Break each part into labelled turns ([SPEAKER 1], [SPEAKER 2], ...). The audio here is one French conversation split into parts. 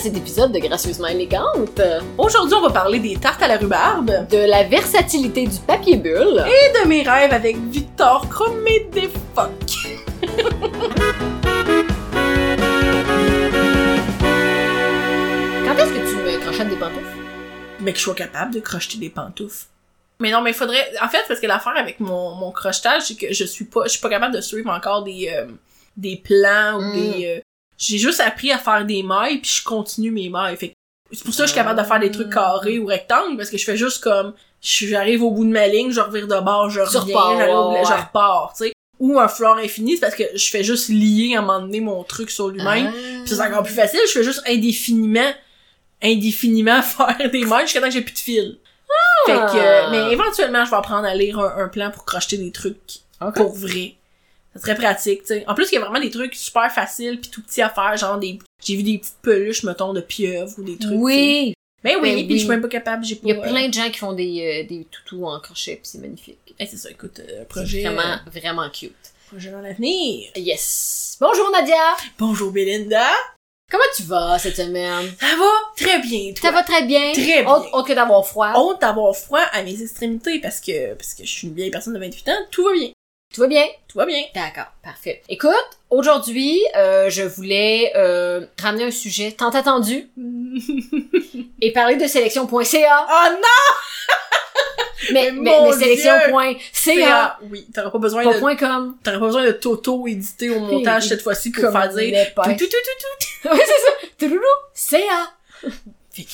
[SPEAKER 1] cet épisode de Gracieusement élégante,
[SPEAKER 2] Aujourd'hui, on va parler des tartes à la rhubarbe
[SPEAKER 1] de la versatilité du papier bulle.
[SPEAKER 2] et de mes rêves avec Victor Cromé des Phoques.
[SPEAKER 1] Quand est-ce que tu me crochettes des pantoufles?
[SPEAKER 2] Mais que je sois capable de crocheter des pantoufles. Mais non, mais il faudrait... En fait, parce que l'affaire avec mon, mon crochetage, c'est que je suis pas je suis pas capable de suivre encore des, euh, des plans ou
[SPEAKER 1] Mm.
[SPEAKER 2] des... euh, J'ai juste appris à faire des mailles, puis je continue mes mailles. Fait que c'est pour ça que je suis capable de faire des trucs
[SPEAKER 1] Mm.
[SPEAKER 2] carrés ou rectangles, parce que je fais juste comme... je- J'arrive au bout de ma ligne, je revire de bord, je
[SPEAKER 1] Tu
[SPEAKER 2] reviens,
[SPEAKER 1] repars,
[SPEAKER 2] j'arrive au bout de la-
[SPEAKER 1] ouais.
[SPEAKER 2] je repars, tu sais. Ou un fleur infini, c'est parce que je fais juste lier à un moment donné mon truc sur lui-même.
[SPEAKER 1] Euh,
[SPEAKER 2] Puis ça, c'est encore plus facile, je fais juste indéfiniment, indéfiniment faire des mailles jusqu'à temps que j'ai plus de fil.
[SPEAKER 1] Ah!
[SPEAKER 2] Fait que, euh, mais éventuellement, je vais apprendre à lire un, un plan pour crocheter des trucs
[SPEAKER 1] Ok.
[SPEAKER 2] pour vrai. C'est très pratique, tu sais. En plus, il y a vraiment des trucs super faciles puis tout petits à faire, genre des, j'ai vu des petites peluches, mettons, de pieuvres ou des trucs.
[SPEAKER 1] Oui!
[SPEAKER 2] Mais
[SPEAKER 1] Ben
[SPEAKER 2] oui, puis
[SPEAKER 1] oui.
[SPEAKER 2] je suis même pas capable, j'ai pas.
[SPEAKER 1] Il y a
[SPEAKER 2] euh,
[SPEAKER 1] plein de gens qui font des, euh, des toutous en crochet, puis c'est magnifique.
[SPEAKER 2] eh, c'est ça, écoute, euh,
[SPEAKER 1] C'est
[SPEAKER 2] projet, euh,
[SPEAKER 1] vraiment, vraiment cute.
[SPEAKER 2] projet dans l'avenir.
[SPEAKER 1] Yes! Bonjour Nadia!
[SPEAKER 2] Bonjour Belinda.
[SPEAKER 1] Comment tu vas cette semaine?
[SPEAKER 2] Ça va très bien,
[SPEAKER 1] Ça
[SPEAKER 2] toi.
[SPEAKER 1] va très bien.
[SPEAKER 2] Très bien. Oh.
[SPEAKER 1] Autre, autre que d'avoir froid.
[SPEAKER 2] honte d'avoir froid à mes extrémités parce que parce que je suis une vieille personne de 28 ans, tout va bien,
[SPEAKER 1] Tout va bien?
[SPEAKER 2] tout va bien.
[SPEAKER 1] D'accord, parfait. Écoute, aujourd'hui, euh, je voulais euh, ramener un sujet tant attendu et parler de sélection.ca.
[SPEAKER 2] oh non!
[SPEAKER 1] Mais, mais,
[SPEAKER 2] Mais mon
[SPEAKER 1] mais
[SPEAKER 2] C'est
[SPEAKER 1] sélection.ca,
[SPEAKER 2] ah, oui, t'auras pas besoin
[SPEAKER 1] pas
[SPEAKER 2] de
[SPEAKER 1] point .com.
[SPEAKER 2] t'auras pas besoin de Toto éditer au montage
[SPEAKER 1] Et-
[SPEAKER 2] cette fois-ci pour
[SPEAKER 1] Comme
[SPEAKER 2] faire
[SPEAKER 1] on
[SPEAKER 2] dire
[SPEAKER 1] l'est pas.
[SPEAKER 2] tout, tout, tout, tout,
[SPEAKER 1] Oui, c'est ça. Touloulou, CA.
[SPEAKER 2] tout. Fait que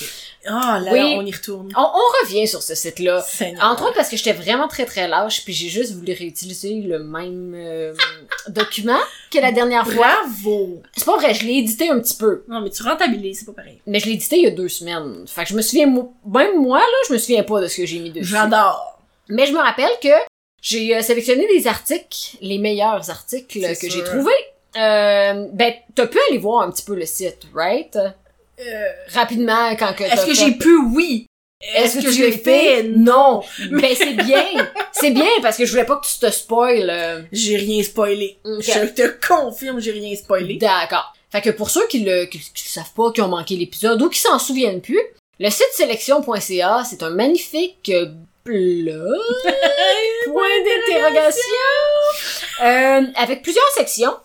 [SPEAKER 2] ah là,
[SPEAKER 1] Oui.
[SPEAKER 2] là on y retourne.
[SPEAKER 1] On, on revient sur ce site-là.
[SPEAKER 2] Seigneur.
[SPEAKER 1] Entre autres parce que j'étais vraiment très très lâche, puis j'ai juste voulu réutiliser le même euh, document que la dernière fois.
[SPEAKER 2] bravo.
[SPEAKER 1] C'est pas vrai, je l'ai édité un petit peu.
[SPEAKER 2] Non mais tu rentabilises, c'est pas pareil.
[SPEAKER 1] Mais je l'ai édité il y a deux semaines. Fait que je me souviens, mo- même moi, là, je me souviens pas de ce que j'ai mis dessus.
[SPEAKER 2] J'adore.
[SPEAKER 1] Mais je me rappelle que j'ai euh, sélectionné des articles, les meilleurs articles
[SPEAKER 2] C'est
[SPEAKER 1] que
[SPEAKER 2] sûr.
[SPEAKER 1] j'ai trouvés. Euh, ben, t'as pu aller voir un petit peu le site, right?
[SPEAKER 2] Euh,
[SPEAKER 1] Rapidement, quand que
[SPEAKER 2] Est-ce
[SPEAKER 1] t'as
[SPEAKER 2] que
[SPEAKER 1] fait-
[SPEAKER 2] j'ai pu oui
[SPEAKER 1] Est-ce que, tu
[SPEAKER 2] j'ai
[SPEAKER 1] l'as fait? Non!
[SPEAKER 2] Mais-
[SPEAKER 1] Mais Ben, c'est bien! C'est bien parce que je voulais pas que tu te spoil. euh.
[SPEAKER 2] J'ai rien spoilé.
[SPEAKER 1] Ok.
[SPEAKER 2] Je te confirme, j'ai rien spoilé.
[SPEAKER 1] D'accord. Fait que pour ceux qui le, qui, qui le savent pas, qui ont manqué l'épisode ou qui s'en souviennent plus, le site sélection.ca, c'est un magnifique euh, blog. Point d'interrogation. Euh, avec plusieurs sections,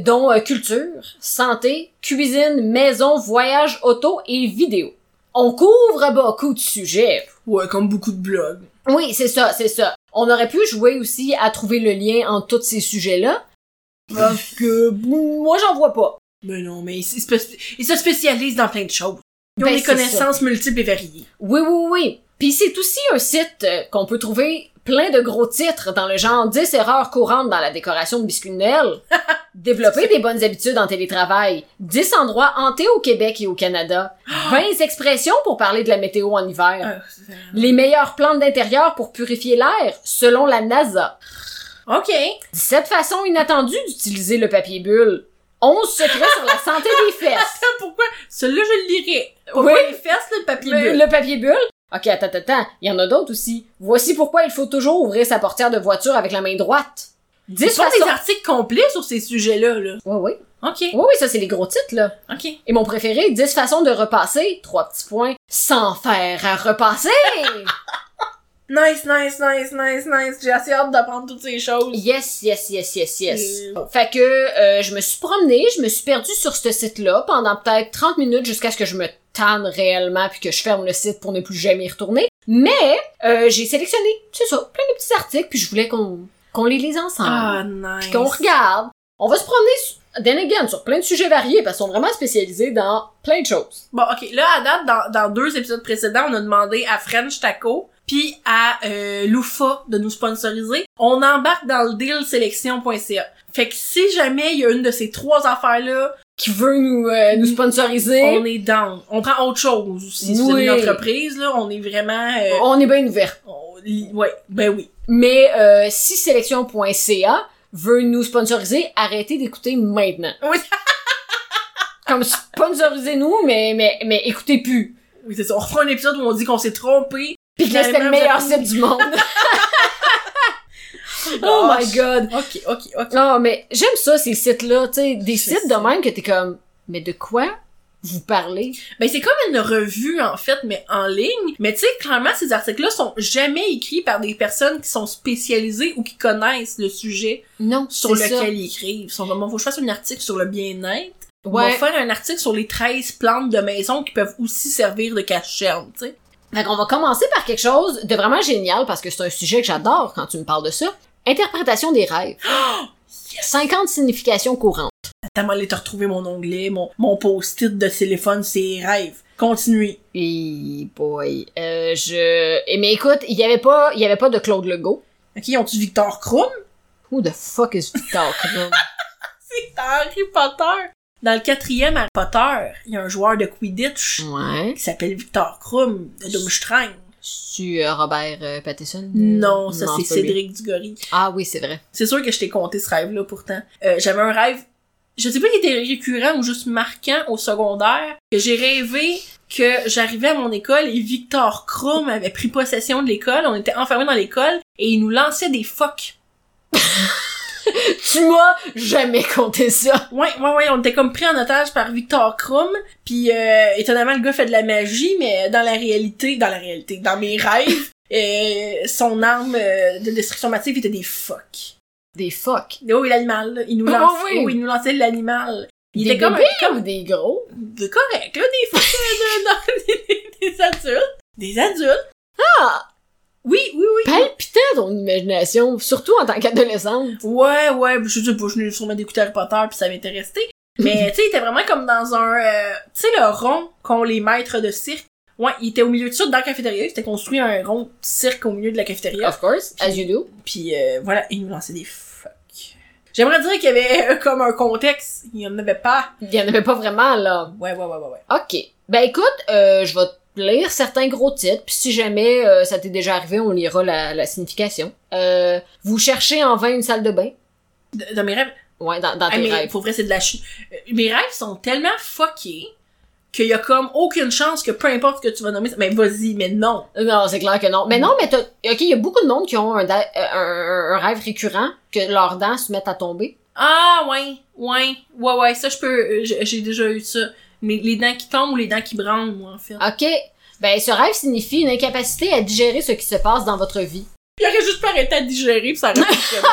[SPEAKER 1] dont euh, culture, santé, cuisine, maison, voyage, auto et vidéo. On couvre beaucoup de sujets.
[SPEAKER 2] Ouais, comme beaucoup de blogs.
[SPEAKER 1] Oui, c'est ça, c'est ça. On aurait pu jouer aussi à trouver le lien entre tous ces sujets-là. Parce que bon, moi, j'en vois pas.
[SPEAKER 2] Mais non, mais ils se, spé- ils se spécialisent dans plein de choses. Ils ont
[SPEAKER 1] Ben,
[SPEAKER 2] des
[SPEAKER 1] c'est
[SPEAKER 2] connaissances multiples et variées.
[SPEAKER 1] Oui, oui, oui. Puis c'est aussi un site euh, qu'on peut trouver plein de gros titres dans le genre 10 erreurs courantes dans la décoration de biscuits de Noël, développer des bonnes habitudes en télétravail, 10 endroits hantés au Québec et au Canada, 20 expressions pour parler de la météo en hiver,
[SPEAKER 2] Ah, c'est-
[SPEAKER 1] les meilleures plantes d'intérieur pour purifier l'air selon la NASA,
[SPEAKER 2] ok.
[SPEAKER 1] 17 façons inattendues d'utiliser le papier bulle, 11 secrets sur la santé des fesses.
[SPEAKER 2] Attends, pourquoi? Celui-là, je le lirai.
[SPEAKER 1] Oui.
[SPEAKER 2] Pourquoi les fesses, le papier
[SPEAKER 1] Le,
[SPEAKER 2] bulle?
[SPEAKER 1] le papier bulle? Ok, attends, attends, attends. Il y en a d'autres aussi. Voici pourquoi il faut toujours ouvrir sa portière de voiture avec la main droite. 10
[SPEAKER 2] Ce sont des
[SPEAKER 1] façons.
[SPEAKER 2] articles complets sur ces sujets-là, là.
[SPEAKER 1] Oui, oui.
[SPEAKER 2] Ok.
[SPEAKER 1] Oui, oui, ça, c'est les gros titres, là.
[SPEAKER 2] Ok.
[SPEAKER 1] Et mon préféré, 10 façons de repasser, trois petits points, sans faire à repasser.
[SPEAKER 2] Nice, nice, nice, nice, nice. J'ai assez hâte d'apprendre toutes ces choses.
[SPEAKER 1] yes, yes, yes, yes, yes. Oh,
[SPEAKER 2] Euh.
[SPEAKER 1] Fait que euh, je me suis promenée, je me suis perdue sur ce site-là pendant peut-être 30 minutes jusqu'à ce que je me tanne réellement puis que je ferme le site pour ne plus jamais y retourner. Mais euh, j'ai sélectionné, c'est ça, plein de petits articles puis je voulais qu'on qu'on les lise ensemble.
[SPEAKER 2] Ah, nice.
[SPEAKER 1] Puis qu'on regarde. On va se promener, su- then again, sur plein de sujets variés parce qu'ils sont vraiment spécialisés dans plein de choses.
[SPEAKER 2] Bon, ok. Là, à date, dans, dans deux épisodes précédents, on a demandé à French Taco puis à euh, Loufa de nous sponsoriser. On embarque dans le deal sélection.ca. Fait que si jamais il y a une de ces trois affaires-là,
[SPEAKER 1] Qui veut nous, euh, nous sponsoriser.
[SPEAKER 2] Mm. on est down. On prend autre chose aussi. Si vous
[SPEAKER 1] Oui.
[SPEAKER 2] êtes une entreprise, là, on est vraiment... euh,
[SPEAKER 1] On est bien ouvert.
[SPEAKER 2] on- li- ouais, ben oui.
[SPEAKER 1] Mais euh, si sélection.ca veut nous sponsoriser, arrêtez d'écouter maintenant.
[SPEAKER 2] Oui.
[SPEAKER 1] Comme sponsorisez-nous, mais, mais, mais écoutez plus.
[SPEAKER 2] Oui, c'est ça. On refait un épisode où on dit qu'on s'est trompé.
[SPEAKER 1] Puis que là, c'était le meilleur site du monde. oh my god.
[SPEAKER 2] Ok, ok, ok.
[SPEAKER 1] Non, mais j'aime ça, ces sites-là, tu sais, des
[SPEAKER 2] C'est
[SPEAKER 1] sites de
[SPEAKER 2] ça.
[SPEAKER 1] même que t'es comme, mais de quoi vous parler.
[SPEAKER 2] Ben, c'est comme une revue, en fait, mais en ligne. Mais tu sais, clairement, ces articles-là sont jamais écrits par des personnes qui sont spécialisées ou qui connaissent le sujet
[SPEAKER 1] Non,
[SPEAKER 2] sur
[SPEAKER 1] c'est ça.
[SPEAKER 2] lequel ils écrivent. Ils sont comme, bon, faut que je fasse un article sur le bien-être. On va
[SPEAKER 1] Ouais.
[SPEAKER 2] faire un article sur les 13 plantes de maison qui peuvent aussi servir de cache-cerne, tu sais.
[SPEAKER 1] Fait qu'on va commencer par quelque chose de vraiment génial parce que c'est un sujet que j'adore quand tu me parles de ça. Interprétation des rêves.
[SPEAKER 2] Oh,
[SPEAKER 1] 50 significations courantes.
[SPEAKER 2] Tellement aller te retrouver mon onglet, mon, mon post-it de téléphone, c'est rêve. Continuez.
[SPEAKER 1] Et boy, euh, je... eh, Mais écoute, il y avait pas, il y avait pas de Claude Legault.
[SPEAKER 2] Ok, on tu Victor Krum?
[SPEAKER 1] Who the fuck is Victor Krum?
[SPEAKER 2] C'est Harry Potter. Dans le quatrième Harry Potter, il y a un joueur de Quidditch
[SPEAKER 1] ouais.
[SPEAKER 2] qui s'appelle Victor Krum, de Dumstrang.
[SPEAKER 1] Tu Robert euh, Pattinson?
[SPEAKER 2] Non, ça c'est
[SPEAKER 1] pas lui.
[SPEAKER 2] Cédric Diggory.
[SPEAKER 1] Ah oui, c'est vrai.
[SPEAKER 2] C'est sûr que je t'ai compté ce rêve-là pourtant. Euh, J'avais un rêve, je sais pas s'il était récurrent ou juste marquant au secondaire, que j'ai rêvé que j'arrivais à mon école et Victor Krum avait pris possession de l'école, on était enfermés dans l'école et il nous lançait des phoques.
[SPEAKER 1] Tu m'as jamais compté ça.
[SPEAKER 2] Ouais, ouais, ouais, on était comme pris en otage par Victor Krum, puis euh, étonnamment le gars fait de la magie, mais dans la réalité, dans la réalité, dans mes rêves, euh, son arme euh, de destruction massive était des phoques.
[SPEAKER 1] Des fuck.
[SPEAKER 2] Oh, et l'animal, là, il nous
[SPEAKER 1] Oh,
[SPEAKER 2] lance,
[SPEAKER 1] oui.
[SPEAKER 2] oh, il nous lançait l'animal. Il
[SPEAKER 1] Des
[SPEAKER 2] était comme,
[SPEAKER 1] bébés
[SPEAKER 2] comme
[SPEAKER 1] ou des gros?
[SPEAKER 2] de correct, là, des fois, de- de- des, des adultes. Des adultes.
[SPEAKER 1] Ah!
[SPEAKER 2] Oui, oui, oui.
[SPEAKER 1] Palpitant ton imagination, surtout en tant qu'adolescente.
[SPEAKER 2] Ouais, ouais, je sais pas, je n'ai sûrement d'écouter Harry Potter pis ça m'était resté. Mais, tu sais, il était vraiment comme dans un, euh, tu sais, le rond qu'ont les maîtres de cirque. Ouais, il était au milieu de ça, dans la cafétéria. Il s'était construit un rond cirque au milieu de la cafétéria.
[SPEAKER 1] Of course, as you do.
[SPEAKER 2] Puis euh, voilà, il nous lançait des fuck. J'aimerais dire qu'il y avait euh, comme un contexte. Il n'y en avait pas.
[SPEAKER 1] Il y en avait pas vraiment, là.
[SPEAKER 2] Ouais, ouais, ouais, ouais, ouais.
[SPEAKER 1] OK. Ben écoute, euh, je vais te lire certains gros titres, puis si jamais euh, ça t'est déjà arrivé, on lira la, la signification. Euh, vous cherchez en vain une salle de bain?
[SPEAKER 2] D- Dans mes rêves,
[SPEAKER 1] Ouais, dans, dans
[SPEAKER 2] Ah,
[SPEAKER 1] tes
[SPEAKER 2] mais
[SPEAKER 1] rêves.
[SPEAKER 2] pour vrai, c'est de la chute. Mes rêves sont tellement fuckés qu'il y a comme aucune chance que peu importe ce que tu vas nommer, ça- mais vas-y, mais non.
[SPEAKER 1] Non, c'est clair que non. Mais non, mais t'as... OK, il y a beaucoup de monde qui ont un, da- euh, un, un rêve récurrent, que leurs dents se mettent à tomber.
[SPEAKER 2] Ah, ouais, ouais, ouais, ouais, ça, je peux, euh, j'ai j'ai déjà eu ça. Mais les dents qui tombent ou les dents qui branlent, moi, en fait.
[SPEAKER 1] OK. Ben, ce rêve signifie une incapacité à digérer ce qui se passe dans votre vie.
[SPEAKER 2] Il aurait juste pas arrêté à digérer pis ça aurait été comme-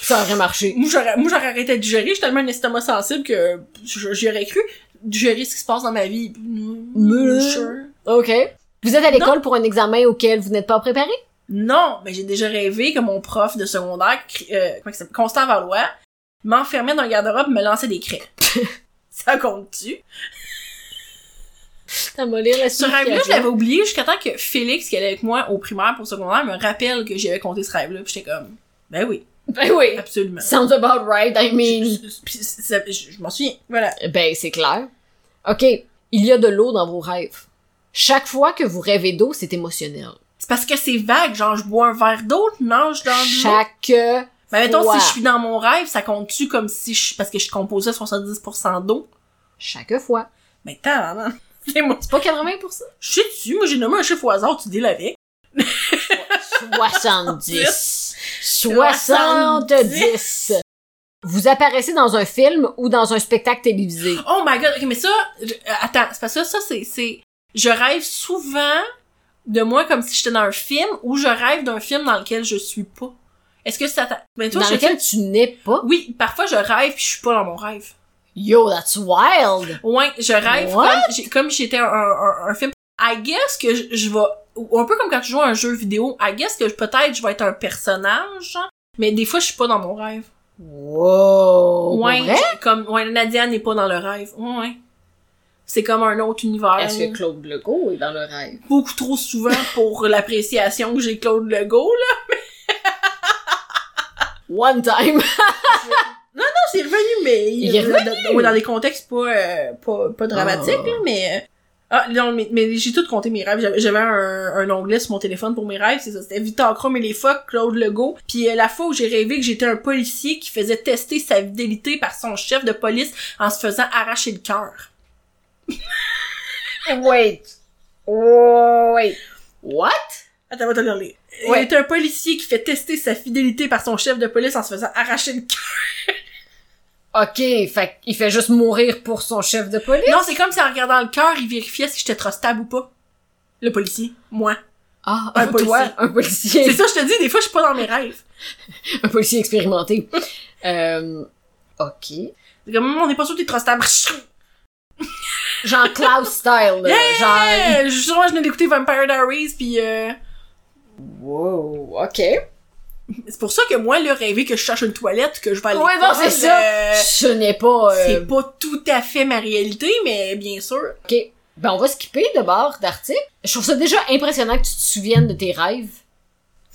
[SPEAKER 1] Ça aurait marché.
[SPEAKER 2] Moi, j'aurais, moi, j'aurais arrêté à digérer, j'ai tellement un estomac sensible que je- j'y aurais cru digérer ce qui se passe dans ma vie.
[SPEAKER 1] Mais-
[SPEAKER 2] Sure.
[SPEAKER 1] OK. Vous êtes à l'école pour un examen auquel vous n'êtes pas préparé?
[SPEAKER 2] Non, mais j'ai déjà rêvé que mon prof de secondaire, cri- euh, comment il s'appelle, Constant Valois, m'enfermait dans le garde-robe et me lançait des craies. ça compte-tu?
[SPEAKER 1] Ça m'a l'air
[SPEAKER 2] Ce rêve-là, je l'avais oublié jusqu'à temps que Félix, qui allait avec moi au primaire pour le secondaire, me rappelle que j'avais compté ce rêve-là. Puis j'étais comme, ben oui,
[SPEAKER 1] Ben oui.
[SPEAKER 2] absolument.
[SPEAKER 1] Sounds about right, I mean.
[SPEAKER 2] Je- je- puis ça- je je m'en souviens. Voilà.
[SPEAKER 1] Ben, c'est clair. OK. Il y a de l'eau dans vos rêves. Chaque fois que vous rêvez d'eau, c'est émotionnel.
[SPEAKER 2] C'est parce que c'est vague, genre je bois un verre d'eau, je mange dans de l'eau.
[SPEAKER 1] Chaque... euh,
[SPEAKER 2] Mais mettons,
[SPEAKER 1] fois.
[SPEAKER 2] si je suis dans mon rêve, ça compte-tu comme si je... Parce que je suis composée à 70% d'eau?
[SPEAKER 1] Chaque fois.
[SPEAKER 2] Mais t'as, hein? moi
[SPEAKER 1] C'est pas 80 pour ça?
[SPEAKER 2] Je sais dessus, moi j'ai nommé un chiffre au hasard, tu deals avec.
[SPEAKER 1] 70. 70. Vous apparaissez dans un film ou dans un spectacle télévisé.
[SPEAKER 2] Oh my god, ok, mais ça, je- euh, attends, c'est parce que ça, c'est, c'est, je rêve souvent de moi comme si j'étais dans un film ou je rêve d'un film dans lequel je suis pas. Est-ce que ça t'a, mais toi,
[SPEAKER 1] dans
[SPEAKER 2] je
[SPEAKER 1] lequel tu n'es pas.
[SPEAKER 2] oui, parfois je rêve puis je suis pas dans mon rêve.
[SPEAKER 1] Yo, that's wild!
[SPEAKER 2] Ouais, je rêve
[SPEAKER 1] What?
[SPEAKER 2] comme, j'ai- comme j'étais un, un, un- un film. I guess que je, je vais, ou un peu comme quand tu joues à un jeu vidéo, I guess que je- peut-être je vais être un personnage, genre, mais des fois je suis pas dans mon rêve.
[SPEAKER 1] Wow! Oh, pour
[SPEAKER 2] Ouais,
[SPEAKER 1] vrai?
[SPEAKER 2] je- comme ouais, Nadia n'est pas dans le rêve. Ouais, Ouais. C'est comme un autre univers. là.
[SPEAKER 1] Claude Legault est dans le rêve?
[SPEAKER 2] Beaucoup trop souvent pour l'appréciation que j'ai de Claude Legault, là.
[SPEAKER 1] One time!
[SPEAKER 2] Non, c'est revenu, mais...
[SPEAKER 1] Il est
[SPEAKER 2] Dans, ouais, dans des contextes pas, euh, pas, pas dramatiques,
[SPEAKER 1] Ah.
[SPEAKER 2] là, mais... Ah, non, mais, mais j'ai tout compté mes rêves. J'avais- J'avais un, un onglet sur mon téléphone pour mes rêves, c'est ça. C'était Victor Krum et les phoques, Claude Legault. Puis euh, la fois où j'ai rêvé que j'étais un policier qui faisait tester sa fidélité par son chef de police en se faisant arracher le cœur.
[SPEAKER 1] Wait! Wait! What?
[SPEAKER 2] Attends, attends, attends, attends.
[SPEAKER 1] Ouais.
[SPEAKER 2] Il est un policier qui fait tester sa fidélité par son chef de police en se faisant arracher le cœur.
[SPEAKER 1] Ok, fait il fait juste mourir pour son chef de police.
[SPEAKER 2] Non, c'est comme si en regardant le cœur, il vérifiait si j'étais trustable ou pas. Le policier. Moi.
[SPEAKER 1] Ah,
[SPEAKER 2] Un
[SPEAKER 1] un policier.
[SPEAKER 2] policier.
[SPEAKER 1] Un
[SPEAKER 2] C'est
[SPEAKER 1] policier.
[SPEAKER 2] ça, je te dis, des fois, je suis pas dans mes rêves.
[SPEAKER 1] un policier expérimenté. euh, ok.
[SPEAKER 2] C'est comme, on n'est pas sûr que t'es trustable.
[SPEAKER 1] Genre Klaus style, là. Genre.
[SPEAKER 2] Hey, Euh, justement, je venais d'écouter Vampire Diaries, puis euh,
[SPEAKER 1] Wow, ok.
[SPEAKER 2] c'est pour ça que moi, le rêver que je cherche une toilette, que je vais aller euh,
[SPEAKER 1] Ouais, non, c'est ça. Ce n'est pas. euh,
[SPEAKER 2] C'est pas tout à fait ma réalité, mais bien sûr.
[SPEAKER 1] Ok. Ben, on va skipper de bord d'article. Je trouve ça déjà impressionnant que tu te souviennes de tes rêves.